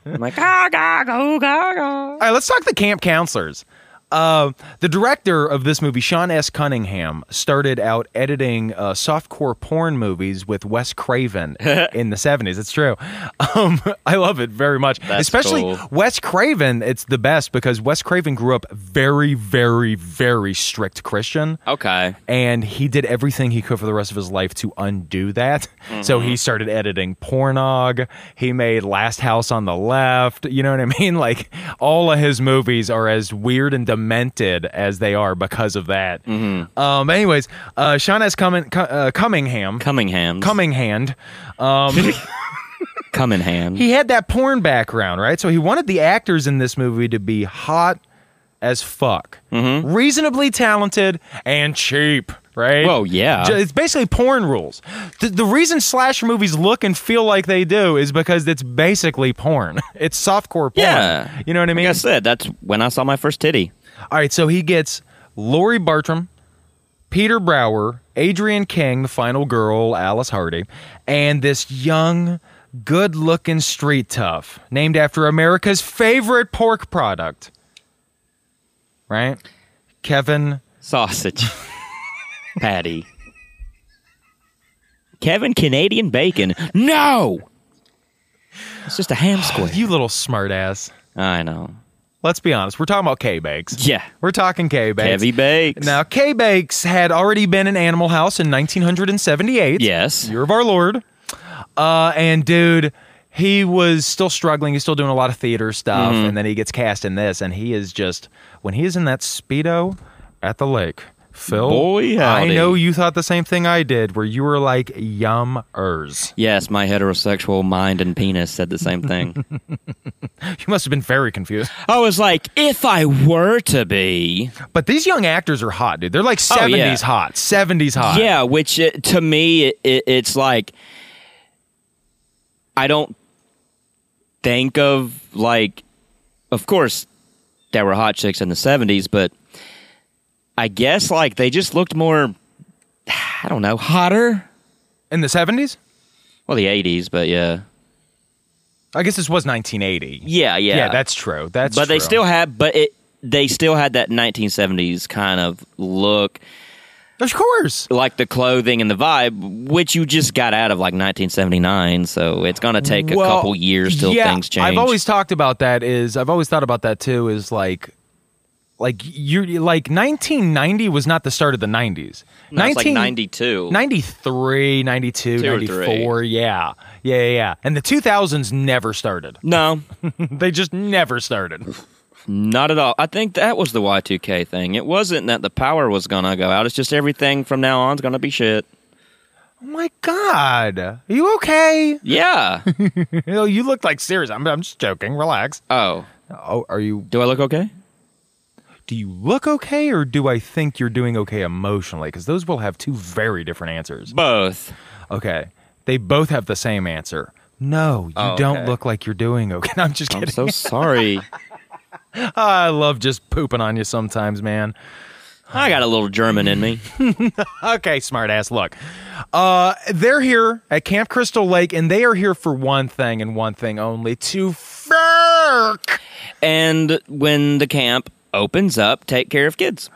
I'm like, ah, ga, go, ga, ga. right, let's talk the camp counselors. Uh, the director of this movie, Sean S. Cunningham, started out editing uh, softcore porn movies with Wes Craven in the 70s. It's true. Um, I love it very much. That's Especially cool. Wes Craven, it's the best because Wes Craven grew up very, very, very strict Christian. Okay. and he did everything he could for the rest of his life to undo that. So he started editing Pornog. He made Last House on the Left. You know what I mean? Like all of his movies are as weird and demented as they are because of that. Um, anyways, uh, Sean S. Cumming, Cu- uh, Cummingham, Cummingham. Cumminghand. Um, Cummingham. he had that porn background, right? So he wanted the actors in this movie to be hot as fuck, reasonably talented, and cheap, right? Well, yeah. Ju- It's basically porn rules. The, the reason slasher movies look and feel like they do is because it's basically porn. It's softcore porn. Yeah. You know what I mean? Like I said, that's when I saw my first titty. All right, so he gets Lori Bartram, Peter Brower, Adrian King, the final girl, Alice Hardy, and this young, good looking street tough named after America's favorite pork product. Right? Kevin. Sausage. Patty. Kevin Canadian Bacon. No! It's just a ham square. You little smartass. I know. Let's be honest. We're talking about K Bakes. Yeah. We're talking K Bakes. Heavy bakes. Now, K Bakes had already been in Animal House in 1978. Yes. Year of Our Lord. Uh, and dude, he was still struggling. He's still doing a lot of theater stuff, Mm-hmm. and then he gets cast in this, and he is just when he is in that speedo at the lake. Phil, Boy, I howdy. know you thought the same thing I did, where you were like yummers. Yes, my heterosexual mind and penis said the same thing. You must have been very confused. I was like, if I were to be. But these young actors are hot, dude. They're like Oh, seventies yeah. hot, seventies hot. Yeah, which uh, to me, it, it, it's like I don't think of like, of course, there were hot chicks in the '70s, but I guess like they just looked more, I don't know, hotter. in the seventies. Well, the '80s, but yeah, I guess this was nineteen eighty. yeah, yeah. that's true. That's but they true. still had, but it they still had that 1970s kind of look. of course. like the clothing and the vibe, which you just got out of like 1979. So it's gonna take a Well, couple years till yeah, things change. I've always talked about that. Is I've always thought about that too. Is like, like you like 1990 was not the start of the 90s. No, it's like 1993, 93, 92. 92, Two or three. 94. Yeah, yeah, yeah, yeah. And the 2000s never started. no, they just never started. Oh not at all. I think that was the Y2K thing. It wasn't that the power was gonna go out. It's just everything from now on is gonna be shit. Oh my God, are you okay? Yeah. You, know, you look like serious. I'm, I'm just joking. Relax. oh, Oh, are you? do I look okay? Do you look okay, or do I think you're doing okay emotionally? Because those will have two very different answers. Both. Okay. They both have the same answer. No, you Oh, don't okay. look like you're doing okay. I'm just I'm kidding. Ah, so sorry. I love just pooping on you sometimes, man. I got a little German in me. Okay, smartass. Look, uh, they're here at Camp Crystal Lake, and they are here for one thing and one thing only: to fuck. And when the camp opens up, take care of kids.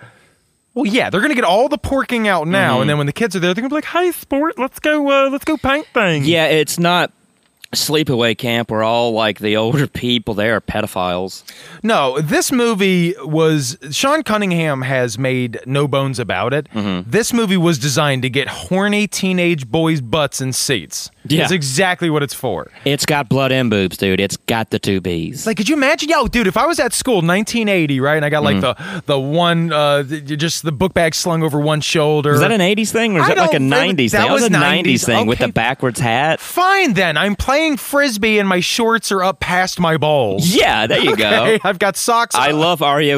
Well, yeah, they're gonna get all the porking out now, Mm-hmm. and then when the kids are there, they're gonna be like, "Hey, sport, let's go, uh, let's go paint things." Yeah, it's not sleepaway camp where all like the older people there are pedophiles. No, this movie was Sean Cunningham has made no bones about it. Mm-hmm. This movie was designed to get horny teenage boys' butts in seats. Yeah. That's exactly what it's for. It's got blood and boobs, dude. It's got the two B's. Like, could you imagine? Yo, dude, if I was at school, 1980, right, and I got like Mm-hmm. the the one, uh, th- just the book bag slung over one shoulder. was that an '80s thing or was er, I that like a don't really- '90s that thing? That was a was '90s, thing with the okay. backwards hat. Fine then. I'm playing frisbee and my shorts are up past my balls. Yeah, there you Okay, go. I've got socks. I on. love REO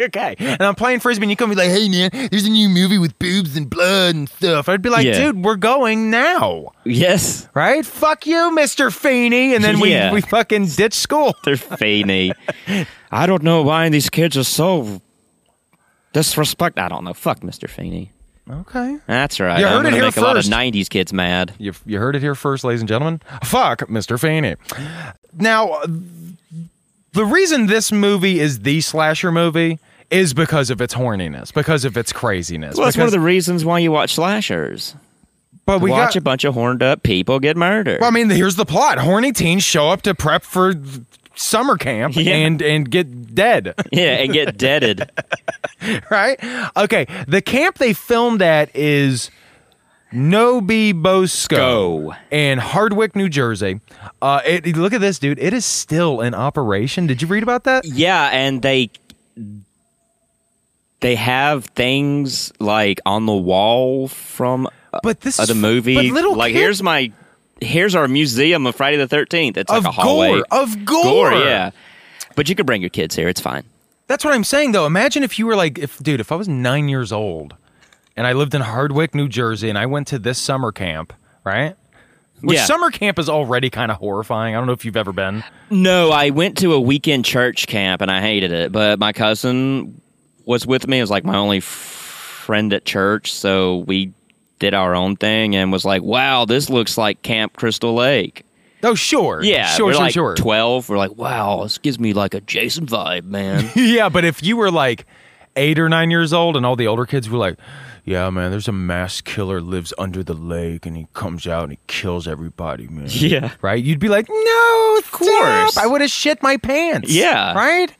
okay. And I'm playing frisbee, and you come be like, "Hey man, there's a new movie with boobs and blood and stuff." I'd be like, Yeah. "Dude, we're going now, Yes, right? Fuck you, Mister Feeney." And then we Yeah. we fucking ditch school. they're feeny. I don't know why these kids are so disrespect. I don't know. Fuck Mr. Feeney. Okay. That's right. You I'm heard it gonna here make a lot of first. '90s kids mad. You, you heard it here first, ladies and gentlemen. Fuck Mr. Feeney. Now, uh, the reason this movie is the slasher movie is because of its horniness, because of its craziness. Well, that's one because, of the reasons why you watch slashers. but we watch got, a bunch of horned up people get murdered. Well, I mean, here's the plot: horny teens show up to prep for summer camp Yeah. and and get dead. yeah, and get deaded. right? Okay, the camp they filmed at is Nobi Bosco Go. in Hardwick, New Jersey. Uh, it, look at this, dude. It is still in operation. Did you read about that? Yeah, and they they have things like on the wall from uh, But this of the is- movie. but little like kid- here's my here's our museum of Friday the Thirteenth. It's like Of a hallway gore, of gore. Yeah, but you could bring your kids here. It's fine. That's what I'm saying, though. Imagine if you were like, if dude, if I was nine years old and I lived in Hardwick, New Jersey, and I went to this summer camp, right? Which Yeah. summer camp is already kind of horrifying. I don't know if you've ever been. No, I went to a weekend church camp and I hated it. But my cousin was with me. It was like my only f- friend at church, so we did our own thing and was like, "Wow, this looks like Camp Crystal Lake." Oh, sure. Yeah, Sure, we're sure, like sure. twelve. We're like, "Wow, this gives me like a Jason vibe, man." yeah, but if you were like eight or nine years old and all the older kids were like, yeah, man, there's a mass killer lives under the lake and he comes out and he kills everybody, man. Yeah. Right? You'd be like, no, of course. I would have shit my pants. Yeah. Right?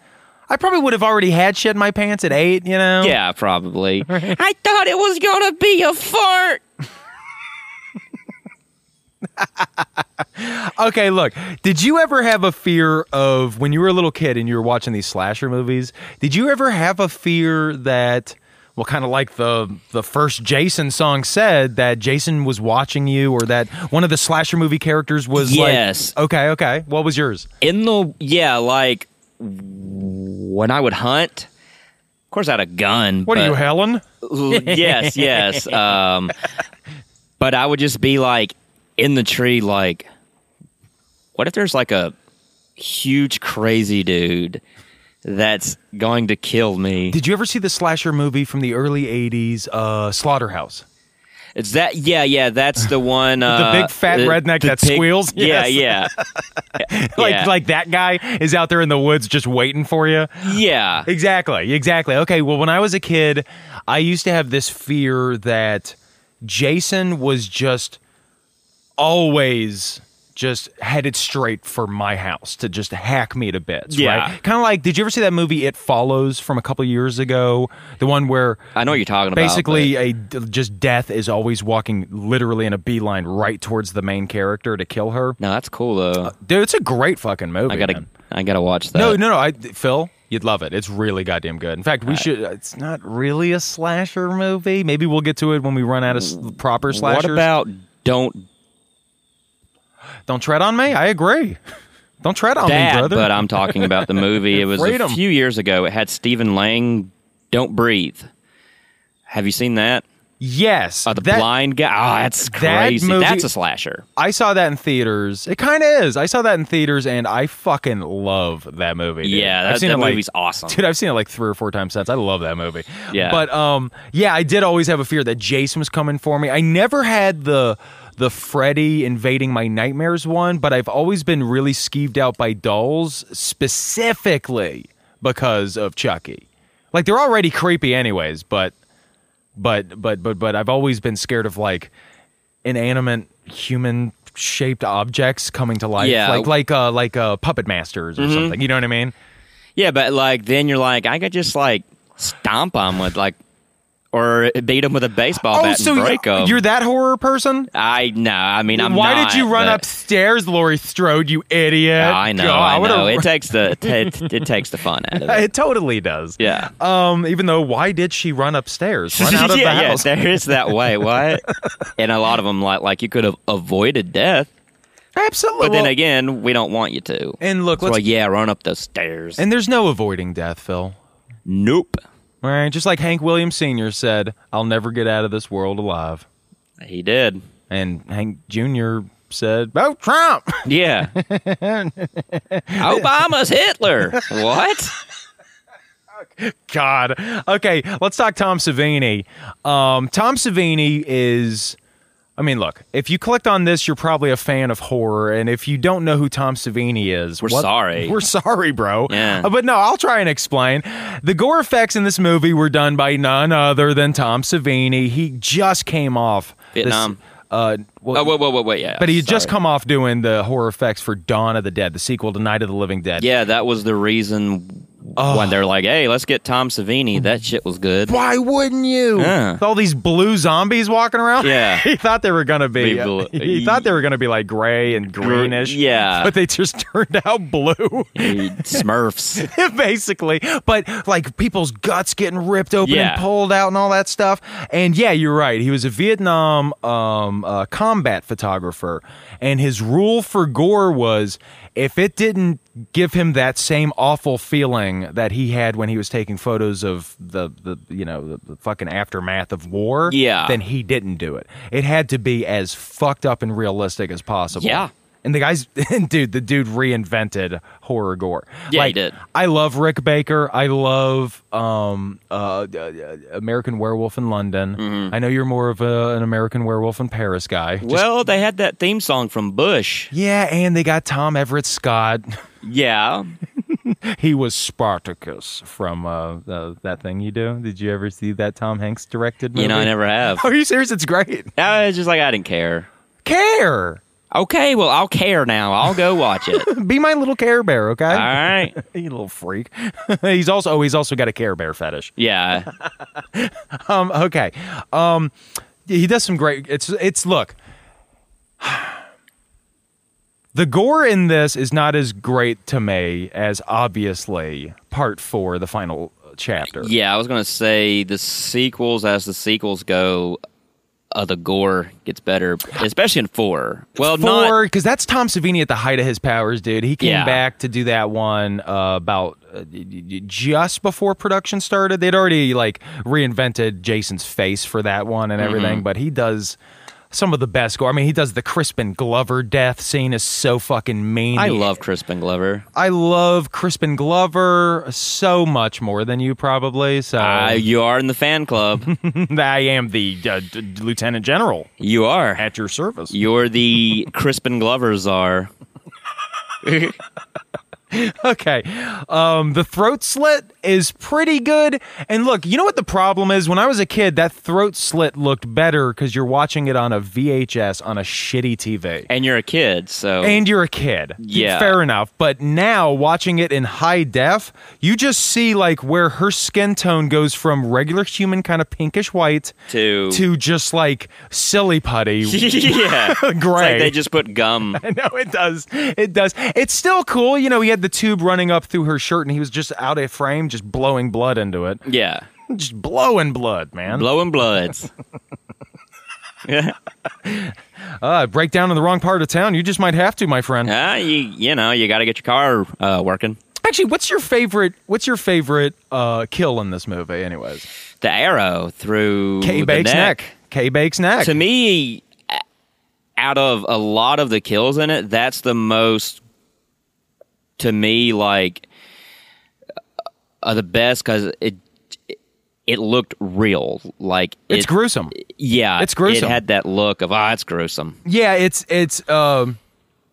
I probably would have already had shit my pants at eight, you know? yeah, probably. I thought it was gonna be a fart. Okay, look, did you ever have a fear of when you were a little kid and you were watching these slasher movies? Did you ever have a fear that, well, kind of like the the first Jason song said, that Jason was watching you, or that one of the slasher movie characters was Yes. like, okay, okay, what was yours? in the yeah like when i would hunt of course i had a gun What are you, but- Helen? yes yes um but i would just be like in the tree like what if there's like a huge crazy dude that's going to kill me Did you ever see the slasher movie from the early '80s, uh, Slaughterhouse? It's that yeah, yeah. That's the one. Uh, big fat redneck that squeals? Yeah, yeah. Like, yeah. like that guy is out there in the woods just waiting for you. yeah. Exactly. Exactly. Okay. Well, when I was a kid, I used to have this fear that Jason was just always just headed straight for my house to just hack me to bits. Yeah. Right? Kind of like, did you ever see that movie It Follows from a couple years ago? The one where I know what you're talking about. basically a just death is always walking literally in a beeline right towards the main character to kill her. but- no, that's cool though. Dude, it's a great fucking movie. I gotta, Oh, man. I gotta watch that. No, no, no. I Phil, you'd love it. It's really goddamn good. In fact, we should. uh, It's not really a slasher movie. Maybe we'll get to it when we run out of s- proper slashers. What about don't Don't tread on me. I agree. Don't tread on me, that? brother. But uh, I'm talking about the movie. It was Freedom. a few years ago. It had Stephen Lang. Don't breathe. Have you seen that? yes, Uh, the that- blind guy. Oh, that's that crazy. movie- that's a slasher. I saw that in theaters. It kind of is. I saw that in theaters, and I fucking love that movie. dude. Yeah, I've that, seen that it like- movie's awesome. Dude, I've seen it like three or four times since. I love that movie. Yeah. But um yeah, I did always have a fear that Jason was coming for me. I never had the the Freddy invading my nightmares one, but I've always been really skeeved out by dolls specifically because of Chucky. Like they're already creepy anyways, but but but but but I've always been scared of like inanimate human shaped objects coming to life Yeah. Mm-hmm. like like uh like uh puppet masters or something you know what i mean Yeah, but like then you're like, I could just like stomp him with like, or beat him with a baseball bat and Oh, break you're, him. Oh, you're that horror person? I no, I mean I'm. Why not, did you run but- upstairs, Lori Strode? You idiot! I know, God, I what a- know. It takes the it, it takes the fun out of it. It totally does. Yeah. Um. Even though, why did she run upstairs? Run out of yeah, the yeah, house. there is that way. What? and a lot of them like like you could have avoided death, Absolutely. but then Well, again, we don't want you to. and look, so let's, like, yeah, run up those stairs. and there's no avoiding death, Phil. nope, All right, just like Hank Williams Sr. said, "I'll never get out of this world alive," he did. and Hank Jr. said, "Oh, Trump." Yeah. Obama's Hitler. What? God. Okay, let's talk Tom Savini. Um, Tom Savini is. I mean, look. If you clicked on this, you're probably a fan of horror, and if you don't know who Tom Savini is, We're what- sorry. We're sorry, bro. Yeah. Uh, But no, I'll try and explain. The gore effects in this movie were done by none other than Tom Savini. He just came off this- Vietnam. uh, well, Oh, whoa, whoa, whoa, wait, yeah. but he had just sorry. come off doing the horror effects for Dawn of the Dead, the sequel to Night of the Living Dead. Yeah, that was the reason when they're like, "Hey, let's get Tom Savini." That shit was good. Oh. Why wouldn't you? Yeah. With all these blue zombies walking around. Yeah. he thought they were gonna be. Be blue- he thought they were gonna be like gray and greenish. Yeah. but they just turned out blue, Smurfs. basically. But like people's guts getting ripped open Yeah. and pulled out and all that stuff. And yeah, you're right. He was a Vietnam um, uh, combat photographer, and his rule for gore was if it didn't give him that same awful feeling that he had when he was taking photos of the, the you know the, the fucking aftermath of war Yeah. then he didn't do it it had to be as fucked up and realistic as possible Yeah. and the guys and dude the dude reinvented horror gore Yeah, he did. I love Rick Baker. I love um, uh, uh, American Werewolf in London. I know you're more of a, an American Werewolf in Paris guy. Just- Mm-hmm. well, they had that theme song from Bush. yeah, and they got Tom Everett Scott. Yeah, he was Spartacus from uh, uh, that thing you do. Did you ever see that Tom Hanks directed movie? you know, I never have. Are you serious? It's great. I was just like, I didn't care. Care. Okay, well, I'll care now. I'll go watch it. All Be my little Care Bear, okay? right. You little freak. he's also oh, he's also got a Care Bear fetish. Yeah. Um, okay. Um, he does some great. It's it's look. The gore in this is not as great to me as obviously part four, the final chapter. Yeah, I was going to say the sequels, as the sequels go, uh, the gore gets better, especially in four. Well, Oh, not. Four, because that's Tom Savini at the height of his powers, dude. He came Yeah. back to do that one uh, about uh, y- y- just before production started. They'd already like reinvented Jason's face for that one Mm-hmm. and everything, but he does some of the best gore. I mean, he does the Crispin Glover death scene is so fucking mean. I He- love Crispin Glover. I love Crispin Glover so much more than you probably. So Uh, you are in the fan club. I am the uh, d- d- Lieutenant General you are. at your service. You're the Crispin Glover czar. okay. Um, the throat slit is pretty good. And look, you know what the problem is? When I was a kid, that throat slit looked better because you're watching it on a VHS on a shitty TV. And you're a kid, so. And you're a kid. Yeah. Fair enough. But now, watching it in high def, you just see like where her skin tone goes from regular human kind of pinkish white to. to just like silly putty yeah. It's like gray. they just put gum. I know it does. It does. It's still cool. You know, he had the tube running up through her shirt and he was just out of frame, just blowing blood into it. Yeah. Just blowing blood, man. Blowing bloods. Yeah. uh, break down in the wrong part of town. You just might have to, my friend. Uh, you you know you got to get your car uh, working. Actually, what's your favorite what's your favorite uh, kill in this movie, anyways? The arrow through K the Bake's neck. K Bake's neck. To me, a- out of a lot of the kills in it, that's the most to me like uh, the best because it it looked real. Like it's it- gruesome. Yeah, it's gruesome. It had that look of ah, it's gruesome. Yeah, it's it's um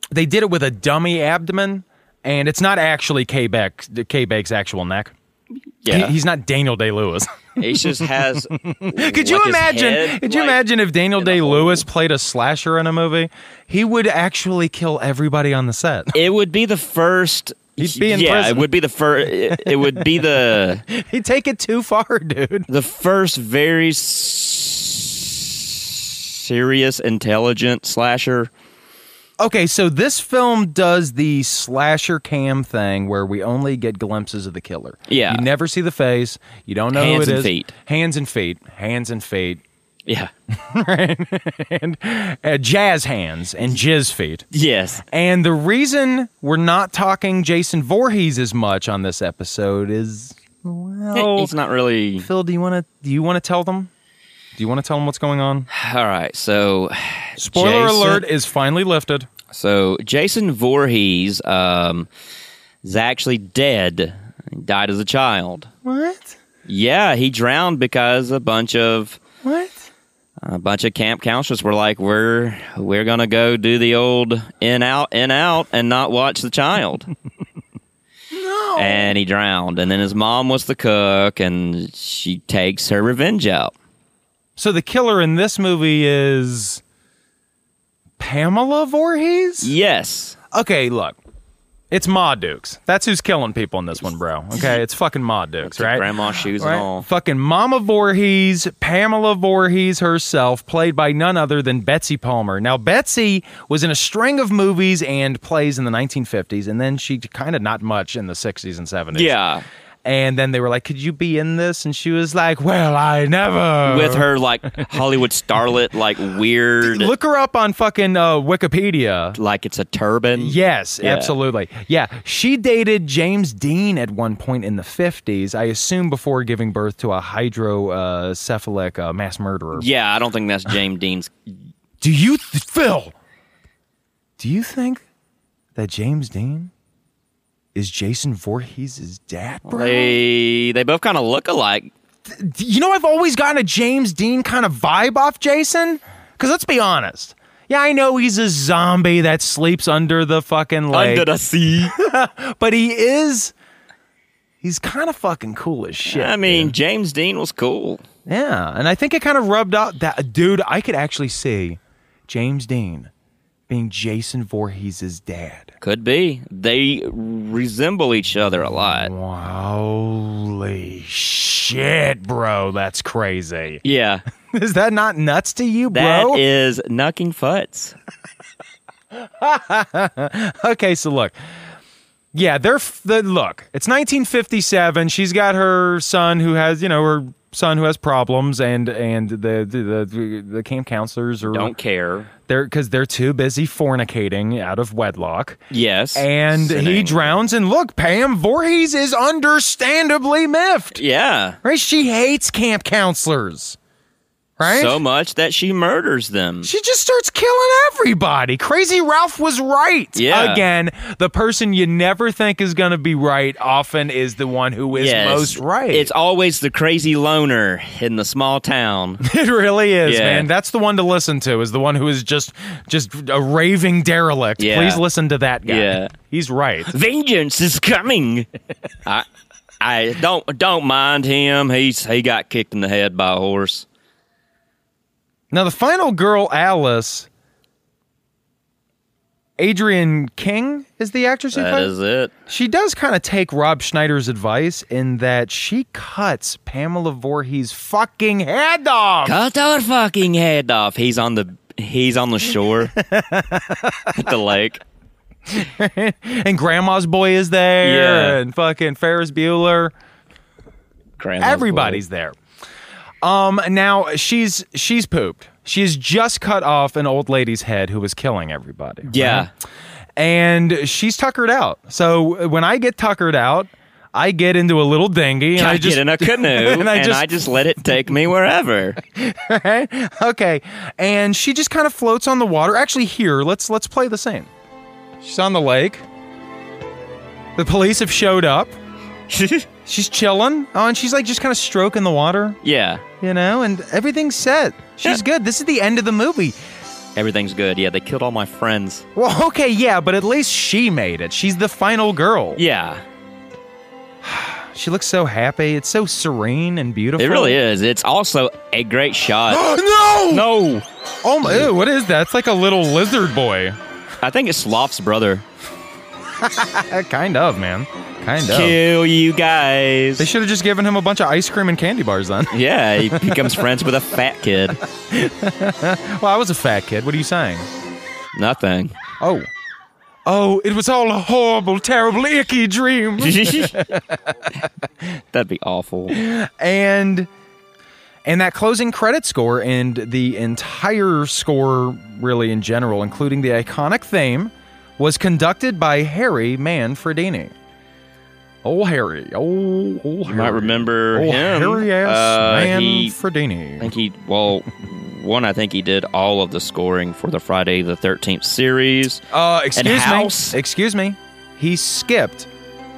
they did it with a dummy abdomen and it's not actually K Bake K Bake's actual neck. He- Yeah, he's not Daniel Day Lewis. it just has. Could you imagine? Could you imagine if Daniel in a Day Lewis played a slasher in a movie? He would actually kill everybody on the set. It would be the first. He'd be in yeah, prison. it would be the first. It, it would be the He'd take it too far, dude. the first very s- serious, intelligent slasher. Okay, so this film does the slasher cam thing where we only get glimpses of the killer. Yeah. You never see the face. You don't know Hands who it and is. feet. Hands and feet. Hands and feet. Yeah. and uh, jazz hands and jizz feet. Yes. And the reason we're not talking Jason Voorhees as much on this episode is well, He's not really. Phil, do you want to do you want to tell them? Do you want to tell them what's going on? All right. So, Spoiler Jason- alert is finally lifted. so Jason Voorhees um, is actually dead. He died as a child. What? Yeah, he drowned because a bunch of What? a bunch of camp counselors were like, "We're we're gonna go do the old in out in out and not watch the child." No. and he drowned. And then his mom was the cook, and she takes her revenge out. So the killer in this movie is Pamela Voorhees? Yes, Okay, look. It's Ma Dukes. That's who's killing people in this one, bro. Okay, it's fucking Ma Dukes, right? grandma shoes Right? and all. Fucking Mama Voorhees, Pamela Voorhees herself, played by none other than Betsy Palmer. Now, Betsy was in a string of movies and plays in the 1950s, and then she kind of not much in the 60s and 70s. Yeah, And then they were like, Could you be in this? And she was like, Well, I never. with her like Hollywood starlet, like weird, Look her up on fucking uh, Wikipedia. like it's a turban. Yes, Yeah. absolutely. Yeah, she dated James Dean at one point in the 50s, I assume before giving birth to a hydrocephalic uh, mass murderer. yeah. I don't think that's James Dean's. Do you, th- Phil? Do you think that James Dean is Jason Voorhees' dad, bro? They they both kind of look alike. D- You know, I've always gotten a James Dean kind of vibe off Jason. Because let's be honest. Yeah, I know he's a zombie that sleeps under the fucking lake, Under the sea. but he is. He's kind of fucking cool as shit. I mean, James Dean was cool. Yeah, and I think it kind of rubbed out that dude. I could actually see James Dean being Jason Voorhees' dad. Could be. They resemble each other a lot. Holy shit, bro. That's crazy. Yeah. Is that not nuts to you, that is bro? Nucking Futz. okay, so look. Yeah, they're f- the look. It's 1957. She's got her son who has, you know, her son who has problems and and the the the, the camp counselors are Don't care. they're cuz they're too busy fornicating out of wedlock. Yes. And he Sinning. drowns and look, Pam Voorhees is understandably miffed. Yeah. Right? She hates camp counselors. Right? So much that she murders them. she just starts killing everybody. Crazy Ralph was right. Yeah. Again, the person you never think is going to be right often is the one who is Yes. most right. It's always the crazy loner in the small town. it really is, Yeah. man. That's the one to listen to. Is the one who is just just a raving derelict. Yeah. Please listen to that guy. Yeah. He's right. Vengeance is coming. I I don't don't mind him. He's he got kicked in the head by a horse. Now, the final girl, Alice, Adrian King is the actress who That plays- is it. She does kind of take Rob Schneider's advice in that she cuts Pamela Voorhees' fucking head off. Cut our fucking head off. He's on the he's on the shore at the lake. And Grandma's Boy is there, Yeah. and fucking Ferris Bueller. Grandma's Everybody's there. Um, now she's she's pooped. She has just cut off an old lady's head who was killing everybody. boy. Yeah. and she's tuckered out. So when I get tuckered out, I get into a little dinghy and I, I, just get in a canoe and and, I I, just- just, let it take me wherever. okay, and she just kind of floats on the water. Actually, here let's let's play the scene. She's on the lake. The police have showed up. She's chilling. Oh, and she's like just kind of stroking the water, yeah. you know, and everything's set. She's good. This is the end of the movie. Everything's good. Yeah, they killed all my friends. Well, okay, yeah, but at least she made it. She's the final girl. Yeah. She looks so happy. It's so serene and beautiful. It really is. It's also a great shot. Oh no! no. Oh my! ew, what is that? It's like a little lizard boy. I think it's Sloth's brother. Uh, kind of, man. Kind of. Kill you guys. They should have just given him a bunch of ice cream and candy bars then. yeah, he becomes friends with a fat kid. well, I was a fat kid. What are you saying? Nothing. Oh. Oh, it was all a horrible, terrible, icky dream. That'd be awful. and and that closing credit score and the entire score really in general including the iconic theme was conducted by harry manfredini oh harry oh, oh harry. You might remember oh, him. harry ass Uh, he- manfredini I think he well one, I think he did all of the scoring for the Friday the thirteenth series. uh excuse House. me excuse me he skipped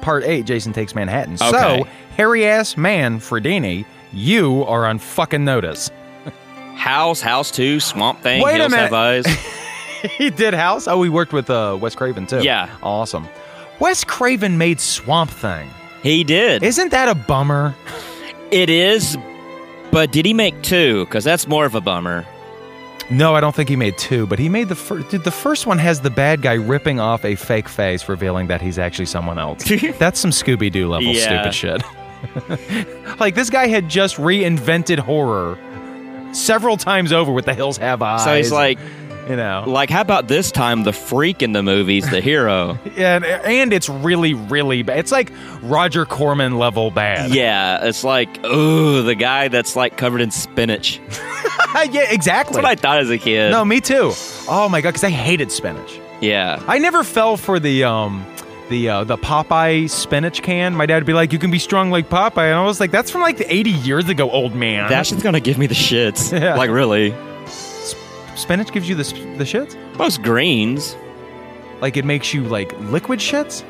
part eight, Jason Takes Manhattan. Okay. So, hairy ass man, Fredini, you are on fucking notice. House, House Two, Swamp Thing, Wait a Hills Have minute. Eyes. he did House. Oh, he worked with uh, Wes Craven too. Yeah. awesome. Wes Craven made Swamp Thing. He did. Isn't that a bummer? it is, but did he make two? Because that's more of a bummer. No, I don't think he made two, but he made the first. Dude, the first one has the bad guy ripping off a fake face, revealing that he's actually someone else. That's some Scooby Doo level Yeah. stupid shit. like this guy had just reinvented horror several times over with The Hills Have Eyes. So he's like, you know, like, how about this time the freak in the movie's the hero? and and it's really really bad. It's like Roger Corman level bad. yeah, it's like, ooh, the guy that's like covered in spinach. yeah, That's exactly. what I thought as a kid. no, me too. Oh my god, because I hated spinach. Yeah. I never fell for the um the uh, the Popeye spinach can. My dad would be like, "You can be strong like Popeye," and I was like, "That's from like 80 years ago, old man." That shit's gonna give me the shits. Yeah. Like really. spinach gives you the sp- the shits. Most greens. Like it makes you like liquid shits.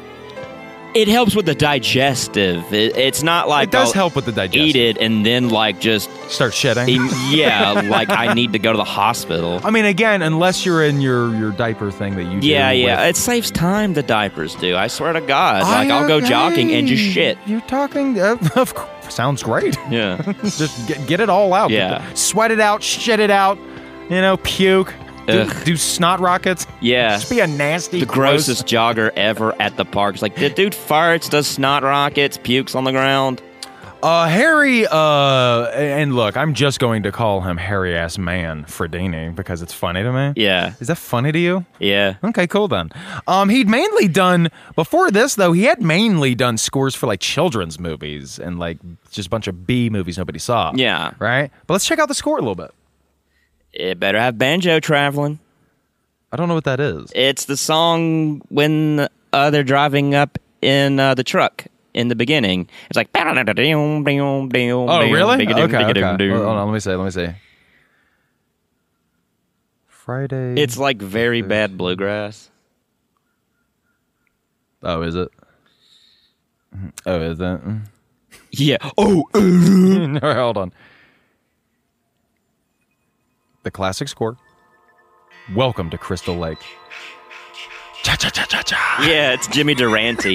It helps with the digestive. It, it's not like it does I'll help with the digestion. eat it and then like just Start shitting. em- yeah, like I need to go to the hospital. I mean, again, unless you're in your your diaper thing that you do. Yeah, yeah. with- It saves time the diapers do. I swear to God. Like I, I'll go uh, jogging and just hey, shit. You're talking. Uh, of course, sounds great. Yeah. just get, get it all out. Get Yeah. the- sweat it out. Shit it out. You know, puke. Do, Ugh. do snot rockets. Yeah. Just be a nasty, The gross- grossest jogger ever at the park. It's like the dude farts, does snot rockets, pukes on the ground. Uh, Harry, uh, and look, I'm just going to call him Harry Ass Man Fredini because it's funny to me. Yeah. Is that funny to you? Yeah. Okay, cool then. Um, he'd mainly done, before this though, he had mainly done scores for like children's movies and like just a bunch of B movies nobody saw. Yeah. Right? But let's check out the score a little bit. It better have banjo traveling. I don't know what that is. It's the song when uh, they're driving up in uh, the truck in the beginning. It's like. Oh, Oh, really? Okay, okay. Well, hold on, let me see, let me see. Friday. It's like very bad bluegrass. oh, is it? Oh, is it? Yeah. Oh, no, hold on. The classic score. Welcome to Crystal Lake. Cha cha cha cha cha. yeah. It's Jimmy Durante.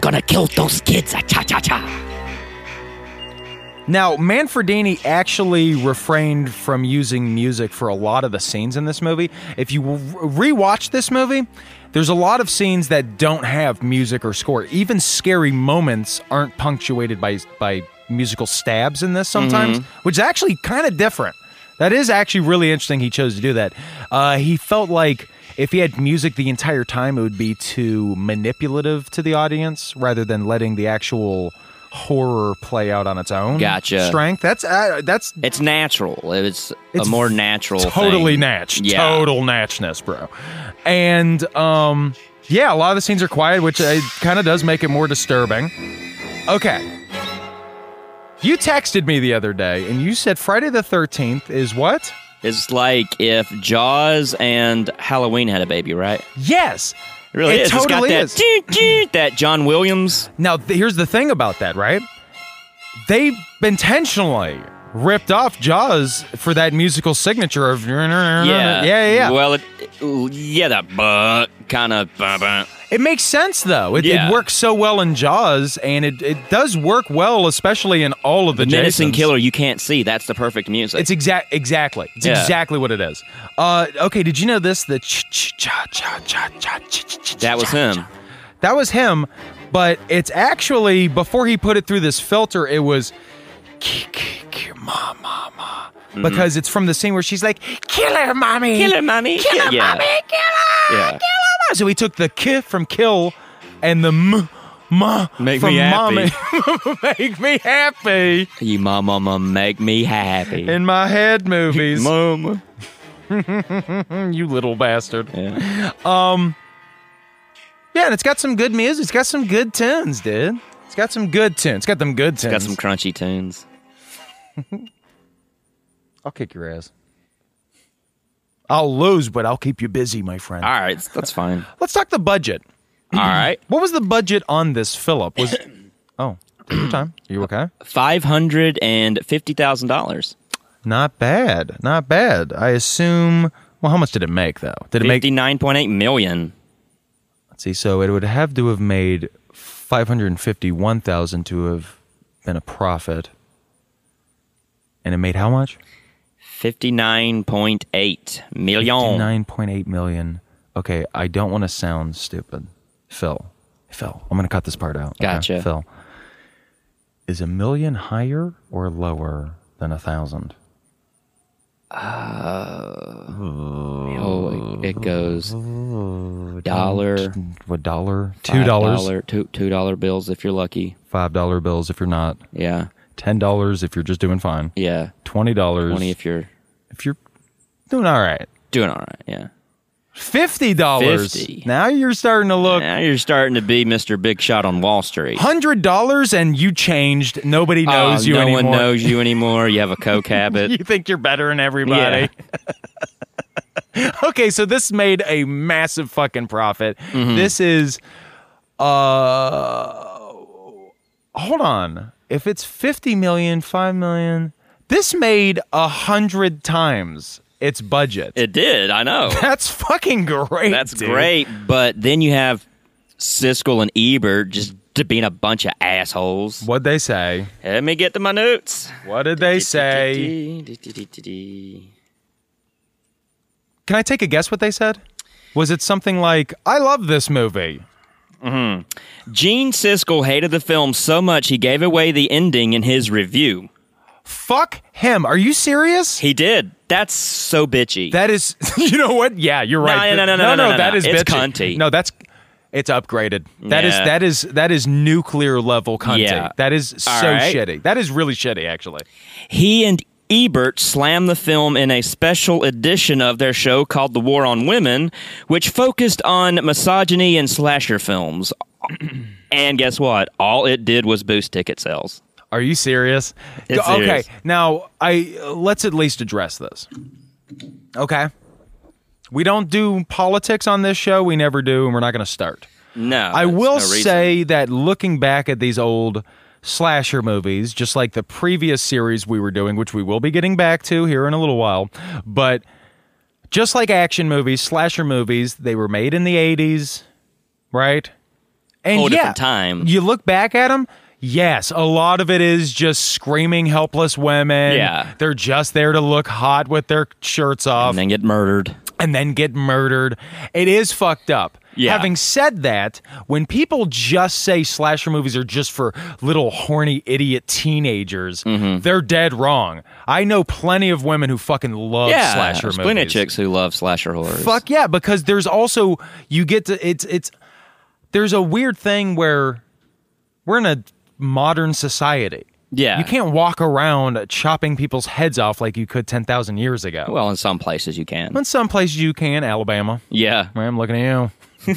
Gonna kill those kids. Cha cha cha. Now, Manfredini actually refrained from using music for a lot of the scenes in this movie. If you re- rewatch this movie, there's a lot of scenes that don't have music or score. Even scary moments aren't punctuated by by musical stabs in this sometimes, which is actually kind of different. That is actually really interesting. He chose to do that. Uh, he felt like if he had music the entire time, it would be too manipulative to the audience rather than letting the actual horror play out on its own Gotcha. strength. That's uh, that's It's natural. It's, It's a more natural. totally thing. natch, Yeah. total natchness, bro. And um, yeah, a lot of the scenes are quiet, which uh, kind of does make it more disturbing. Okay, you texted me the other day, and you said Friday the Thirteenth is what? It's like if Jaws and Halloween had a baby, right? Yes. It really It is. It's got totally that is. toot, toot, that John Williams. Now th- here's the thing about that, right? They intentionally ripped off Jaws for that musical signature of yeah, yeah, Yeah, Uh-huh. yeah. Well, it, yeah, that buh kind of. buh, buh. It makes sense though. It, Yeah. it works so well in Jaws, and it, it does work well, especially in all of the, Menacing Jasons. killer you can't see. That's the perfect music. It's exact, exactly. It's Yeah. exactly what it is. Uh, okay, did you know this? The ch ch cha cha cha cha ch ch ch- that was cha- him. That was him, but it's actually before he put it through this filter, it was "Ki- ki- ki- ma ma ma Mm-hmm. because it's from the scene where she's like killer mommy, Killer mommy. Killer yeah. mommy. Killer. Yeah. So we took the ki from kill and the m ma Make from me happy. mommy. make me happy You mama, mama, make me happy. in my head movies. Mm, mama. you little bastard. Yeah. Yeah, and it's got some good music. It's got some good tunes, dude. It's got some good tunes. It's got them good tunes. Got some crunchy tunes. I'll kick your ass. I'll lose, but I'll keep you busy, my friend. All right, that's fine. Let's talk the budget. All right. What was the budget on this, Philip? Was oh, take your time. Are you okay? Five hundred and fifty thousand dollars. Not bad, not bad. I assume. Well, how much did it make though? Did it make? Fifty nine point eight million. Let's see. So it would have to have made five hundred fifty-one thousand to have been a profit, and it made how much? Fifty nine point eight million. Nine point eight million. Okay, I don't want to sound stupid, Phil. Phil, I'm gonna cut this part out. okay? Gotcha. Phil. Is a million higher or lower than a thousand? Oh, it goes dollar, What dollar? Two dollars. $5, two two dollar bills if you're lucky. Five dollar bills if you're not. Yeah, Ten dollars if you're just doing fine. yeah. Twenty dollars Twenty if you're if you're doing all right. doing all right. Yeah. Fifty dollars. 50. Now you're starting to look. Now you're starting to be Mr. Big Shot on Wall Street. Hundred dollars and you changed. Nobody knows Oh, you no anymore. one knows you anymore. You have a coke habit. You think you're better than everybody. okay, so this made a massive fucking profit. Mm-hmm. This is uh hold on. If it's 50 million, 5 million, this made a hundred times its budget. It did. I know. That's fucking great. That's dude. great. But then you have Siskel and Ebert just d- being a bunch of assholes. What'd they say? Let me get to my notes. What did they say? Can I take a guess what they said? Was it something like, I love this movie? Gene Siskel hated the film so much he gave away the ending in his review. Fuck him. Are you serious? He did. That's so bitchy. That is, you know what? Yeah, you're right. no, no, no, no, no, no, That no. is It's bitchy. cunty. No, that's it's upgraded. That is Yeah. that is that is nuclear level cunty. Yeah. That is so All right. shitty. That is really shitty, actually. he and Ebert slammed the film in a special edition of their show called The War on Women, which focused on misogyny and slasher films. and guess what? All it did was boost ticket sales. Are you serious? It's okay. serious. Now I let's at least address this. Okay. We don't do politics on this show. We never do, and we're not going to start. No. I that's will no reason. say that looking back at these old slasher movies, just like the previous series we were doing, which we will be getting back to here in a little while, but just like action movies, slasher movies, they were made in the 80s, right? And Whole yeah, different time. You look back at them, yes, a lot of it is just screaming helpless women. Yeah. They're just there to look hot with their shirts off And then get murdered. and then get murdered. It is fucked up. Yeah. Having said that, when people just say slasher movies are just for little horny idiot teenagers, Mm-hmm. they're dead wrong. I know plenty of women who fucking love yeah. slasher there's movies. plenty of chicks who love slasher horrors. Fuck yeah, because there's also you get to it's it's there's a weird thing where we're in a modern society. Yeah. You can't walk around chopping people's heads off like you could 10,000 years ago. Well, in some places you can. in some places you can, Alabama. Yeah. Right, I'm looking at you.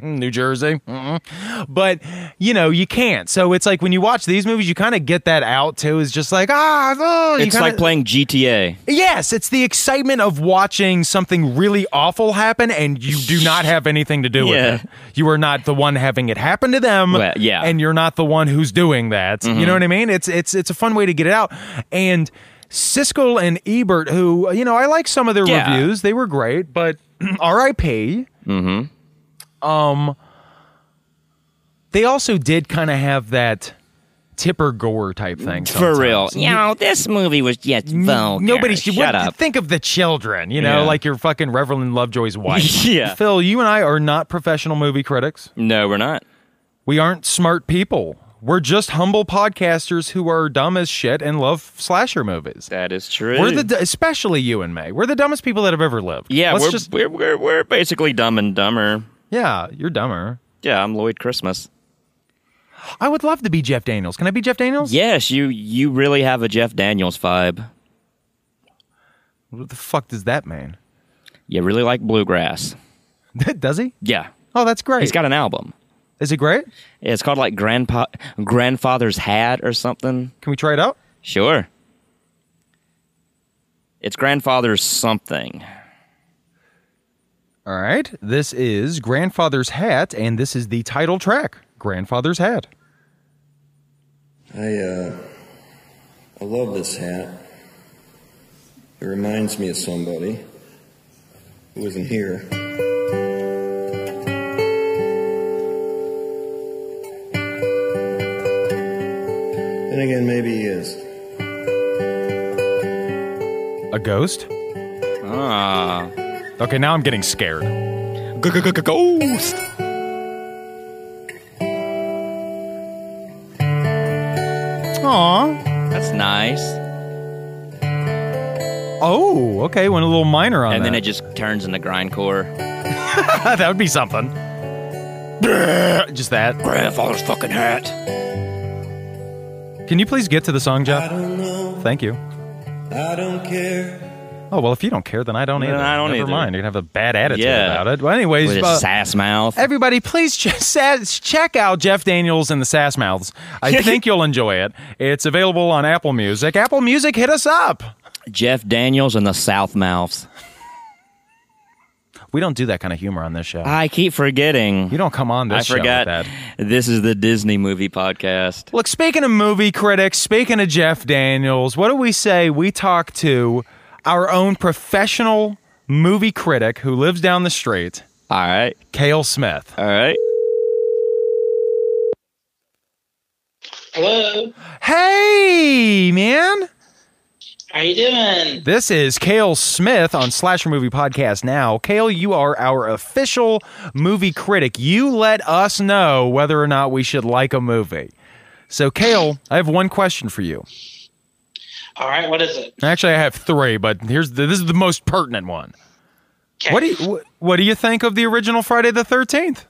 New Jersey. Mm-mm. But, you know, you can't. So it's like when you watch these movies, you kind of get that out too. It's just like, ah, oh, you It's kinda- like playing GTA. Yes, it's the excitement of watching something really awful happen and you do not have anything to do Yeah. with it. You are not the one having it happen to them. Well, yeah. Mm-hmm. And you're not the one who's doing that. You know what I mean? It's it's it's a fun way to get it out. And Siskel and Ebert, who you know, I like some of their Yeah. reviews. They were great, but R.I.P. Mm-hmm. Um Mm-hmm. they also did kind of have that Tipper Gore type thing. For real. sometimes. You know, this movie was just vulgar. Nobody should Oh, shut what- up. think of the children, you know, Yeah. like your fucking Reverend Lovejoy's wife. Yeah. Phil, you and I are not professional movie critics. No, we're not. We aren't smart people. We're just humble podcasters who are dumb as shit and love slasher movies. That is true. We're the especially you and me. We're the dumbest people that have ever lived. yeah, Let's we're, just we're we're we're basically dumb and dumber. Yeah, you're dumber. Yeah, I'm Lloyd Christmas. I would love to be Jeff Daniels. Can I be Jeff Daniels? Yes, you you really have a Jeff Daniels vibe. What the fuck does that mean? You really like bluegrass. Does he? Yeah, Oh, that's great. he's got an album. Is it great? It's called like grandpa grandfather's hat or something. Can we try it out? Sure. It's grandfather's something. All right. This is Grandfather's Hat, and this is the title track Grandfather's Hat. I uh, I love this hat. It reminds me of somebody who wasn't here. Then again, maybe he is. A ghost? Ah. Okay, now I'm getting scared. Ghost! Aw. That's nice. Oh, okay. Went a little minor on and that. then it just turns into grindcore. that would be something. Just that. Grandfather's fucking hat. Can you please get to the song, I Jeff? don't know. Thank you. I don't care. Oh well, if you don't care, then I don't Then either. I don't Never either. mind. You're gonna have a bad attitude Yeah. about it. Well, anyways, With uh, his sass mouth. everybody, please ch- sass- check out Jeff Daniels and the Sass Mouths. I think you'll enjoy it. It's available on Apple Music. Apple Music, hit us up. Jeff Daniels and the South Mouths. We don't do that kind of humor on this show. I keep forgetting. you don't come on this I show with forgot. that. This is the Disney movie podcast. Look, speaking of movie critics, speaking of Jeff Daniels, what do we say we talk to our own professional movie critic who lives down the street, All right. Kale Smith. All right. Hello. Hey, man. How you doing? This is Kale Smith on Slasher Movie Podcast Now. Kale, you are our official movie critic. You let us know whether or not we should like a movie. So, Kale, I have one question for you. All right. What is it? Actually, I have three, but here's the, this is the most pertinent one. Okay. What do you, what, what do you think of the original Friday the Thirteenth?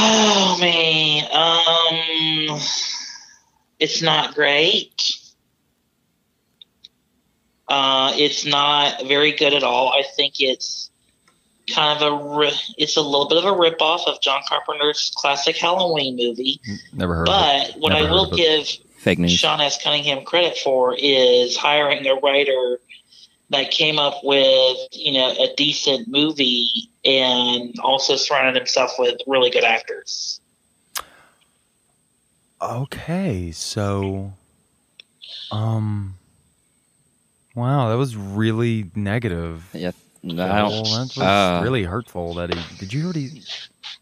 Oh man. Um. It's not great. Uh, it's not very good at all. I think it's kind of a ri- it's a little bit of a rip off of John Carpenter's classic Halloween movie. Never heard of it. But what Never I heard will of it. give Fake news. Sean S. Cunningham credit for is hiring a writer that came up with you know a decent movie and also surrounded himself with really good actors. Okay, so, um, wow, that was really negative. Yeah. I Well, don't, that was uh, really hurtful. That he did you already?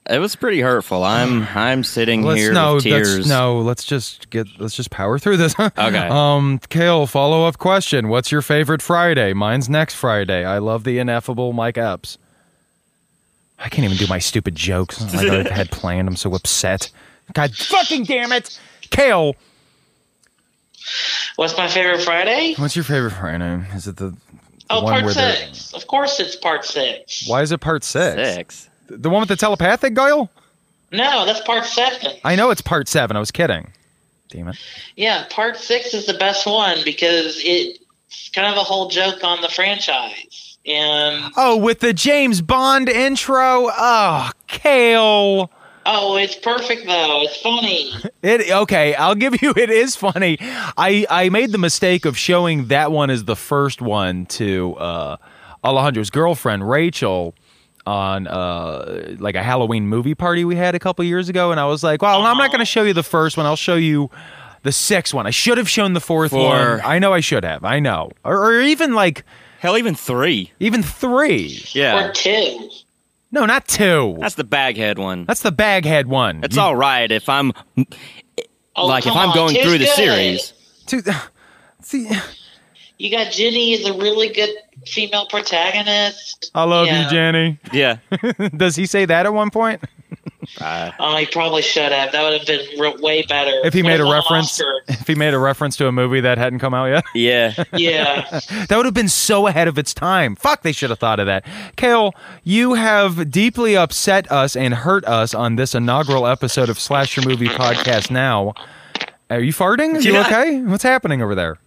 it was pretty hurtful. I'm I'm sitting Let's here no, with let's tears. no. Let's just get. Let's just power through this. Okay. Um, Kale, follow up question. What's your favorite Friday? Mine's next Friday. I love the ineffable Mike Epps. I can't even do my stupid jokes like I had planned. I'm so upset. God fucking damn it, Kale. What's my favorite Friday? What's your favorite Friday? Is it the, the Oh, one part where they're- six. Of course, it's part six. Why is it part six? Six. The one with the telepathic guile? No, that's part seven. I know it's part seven. I was kidding. Damn it. Yeah, part six is the best one because it's kind of a whole joke on the franchise. And Oh, with the James Bond intro. Oh, Kale. oh, it's perfect though. It's funny. It okay, I'll give you it is funny. I I made the mistake of showing that one as the first one to uh Alejandro's girlfriend Rachel on uh like a Halloween movie party we had a couple years ago and I was like, "Well, I'm not going to show you the first one. I'll show you the sixth one. I should have shown the fourth Four. one. I know I should have. I know. Or, or even like Hell, even three. even 3. Yeah. Or two. No, not 2. That's, That's the baghead one. the baghead one. It's You- all right if I'm Oh, like if come I'm on, going two's through the good. series. two, See, You got Ginny is a really good female protagonist. I love Yeah. you, Jenny. Yeah. Does he say that at one point? Uh, Oh, he probably should have. That would have been re- way better If he made Would've a won an reference. Oscar. if he made a reference to a movie that hadn't come out yet. yeah. Yeah, That would have been so ahead of its time. Fuck, they should have thought of that. Kale, you have deeply upset us and hurt us on this inaugural episode of Slasher Movie Podcast Now. Are you farting? Are you Yeah. okay? What's happening over there?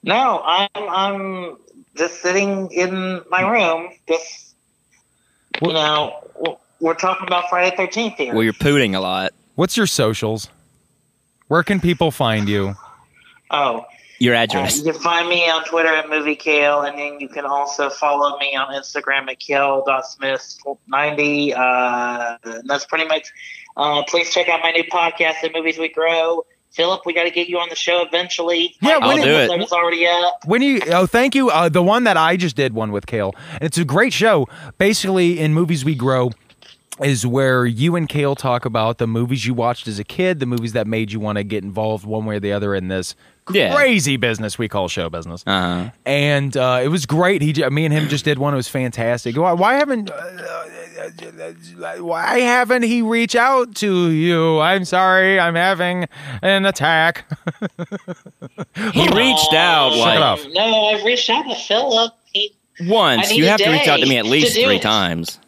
no, I'm I'm just sitting in my room, just you Well- know, w- we're talking about Friday Thirteenth here. Well, you're pooting a lot. What's your socials? Where can people find you? oh, Your Uh, address. you can find me on Twitter at MovieKale, and then you can also follow me on Instagram at Kale.Smith90. Uh, and that's pretty much. Uh, please check out my new podcast, The Movies We Grow. Philip, we got to get you on the show eventually. Yeah, My when first it- I'll do it. episode is already up. When you oh thank you uh, the one that I just did one with Kale and it's a great show. Basically, in movies we grow is where you and Kale talk about the movies you watched as a kid, the movies that made you want to get involved one way or the other in this Yeah. crazy business we call show business. Uh-huh. And uh, it was great. He, j- me and him just did one. It was fantastic. Why, why haven't uh, why haven't he reached out to you? I'm sorry, I'm having an attack. Uh-huh. He reached out Shut like it off. No, I've reached out to Philip. He, I once. need You a have to reach out to day me at to least do three it. times.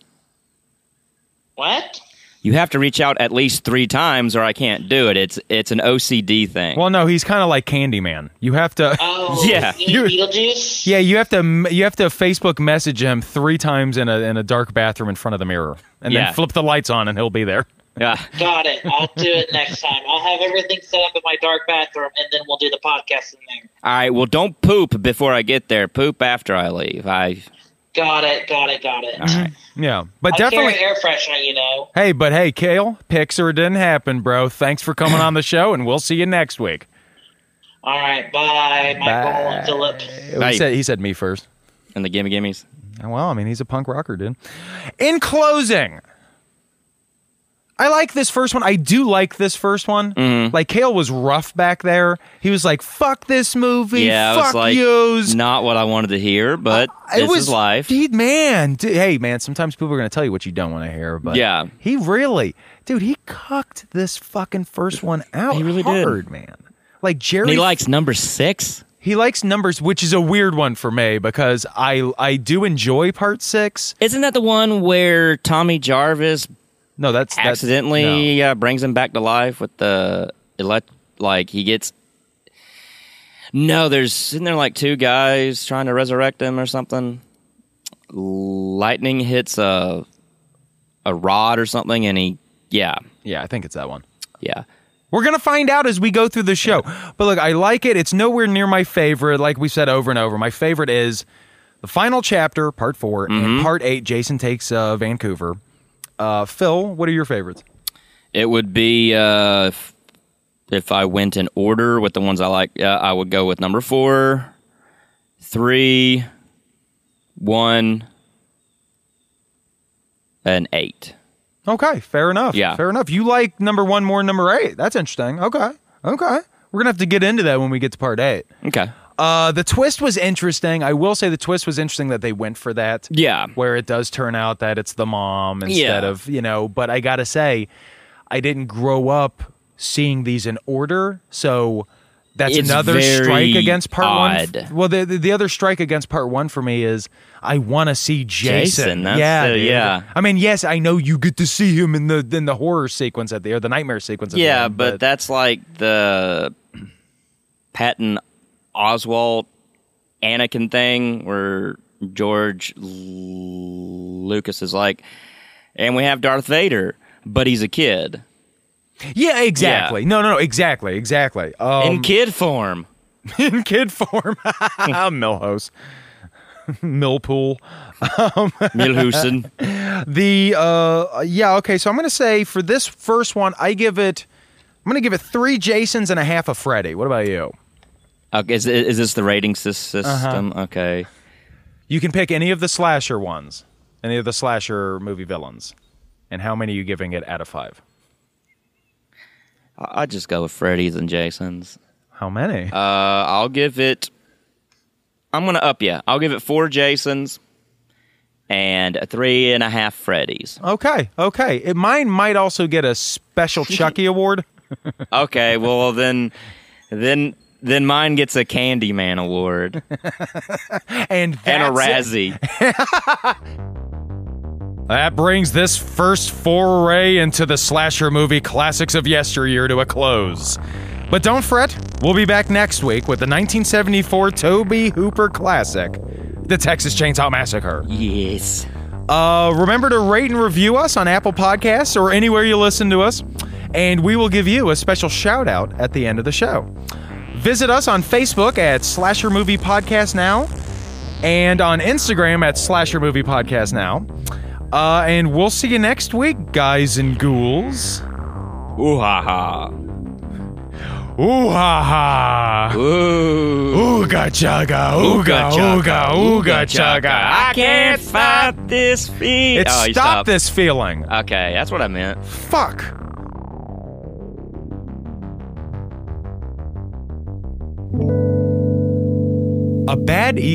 what? You have to reach out at least three times, or I can't do it. It's it's an OCD thing. Well, no, he's kind of like Candyman. You have to. Oh, Yeah, you mean Beetlejuice? Yeah, you have to you have to Facebook message him three times in a in a dark bathroom in front of the mirror, and Yeah. then flip the lights on, and he'll be there. Yeah. Got it. I'll do it next time. I'll have everything set up in my dark bathroom, and then we'll do the podcast in there. All right. Well, don't poop before I get there. Poop after I leave. I. Got it. Got it. Got it. All right. Yeah, but I definitely. carry air freshener, you know. Hey, but hey, Kale, Pixar didn't happen, bro. Thanks for coming on the show, and we'll see you next week. All right. Bye, Michael and Philip. Bye. He said he said me first. Oh, And the gimme gimmies. Well, I mean, he's a punk rocker, dude. In closing, I like this first one. I do like this first one. Mm-hmm. Like Kale was rough back there. He was like, "Fuck this movie, Yeah, I fuck was like, yous." not what I wanted to hear, but it this was is life. Dude, man, dude, hey, man. Sometimes people are going to tell you what you don't want to hear, but Yeah. he really, dude, he cucked this fucking first one out. He really did. hard, man. Like Jerry, And he likes number six. he likes numbers, which is a weird one for me because I I do enjoy part six. Isn't that the one where Tommy Jarvis No, that's that's- no. accidentally uh, brings him back to life with the elect? Like he gets. No, there's isn't there like two guys trying to resurrect him or something. Lightning hits a a rod or something, and he yeah Yeah, I think it's that one. yeah. We're gonna find out as we go through the show. But look, I like it. It's nowhere near my favorite. Like we said over and over, my favorite is the final chapter, part 4 Mm-hmm. and part eight. Jason takes uh, Vancouver. Uh, Phil, what are your favorites? It would be uh, if, if I went in order with the ones I like. Uh, I would go with number four, three, one, and eight. Okay, fair enough. Yeah. fair enough. You like number one more than number eight. That's interesting. Okay, okay. We're gonna have to get into that when we get to part eight. Okay. Uh, the twist was interesting. I will say the twist was interesting that they went for that. Yeah. where it does turn out that it's the mom instead Yeah. of you know but i gotta say i didn't grow up seeing these in order so that's It's another very strike against part odd. one well the, the, the other strike against part one for me is i want to see jason, Jason, that's yeah the- dude. yeah. i mean yes i know you get to see him in the in the horror sequence at the or the nightmare sequence at the Yeah, end, but, that's like the Patton Oswald Anakin thing where George L- Lucas is like, and we have Darth Vader, but he's a kid yeah exactly no no no exactly exactly um, in kid form. in kid form millhouse millpool Milhousen. The uh yeah, okay, so I'm gonna say for this first one, I give it I'm gonna give it three Jasons and a half of Freddy. What about you? Okay, is, is this the rating sys- system? Okay. You can pick any of the slasher ones, any of the slasher movie villains. And how many are you giving it out of five? I I'd just go with Freddy's and Jason's. How many? Uh, I'll give it. I'm going to up you. I'll give it four Jason's and three and a half Freddy's. okay, okay. It, mine might also get a special Chucky award. Okay, well, then. then then mine gets a Candyman award And and a that's it. Razzie. That brings this first foray into the slasher movie classics of yesteryear to a close. But don't fret, we'll be back next week with the 1974 Toby Hooper classic, The Texas Chainsaw Massacre. Yes. Uh, remember to rate and review us on Apple Podcasts or anywhere you listen to us, and we will give you a special shout out at the end of the show. Visit us on Facebook at Slasher Movie Podcast Now and on Instagram at Slasher Movie Podcast Now. Uh, and we'll see you next week, guys and ghouls. Ooh ha ha. Ooh ha ha. Ooh. Ooga chaga. Ooga ooga ooga chaga. I can't fight this feeling. It oh, you stopped this feeling. Okay, that's what I meant. Fuck. A bad ego.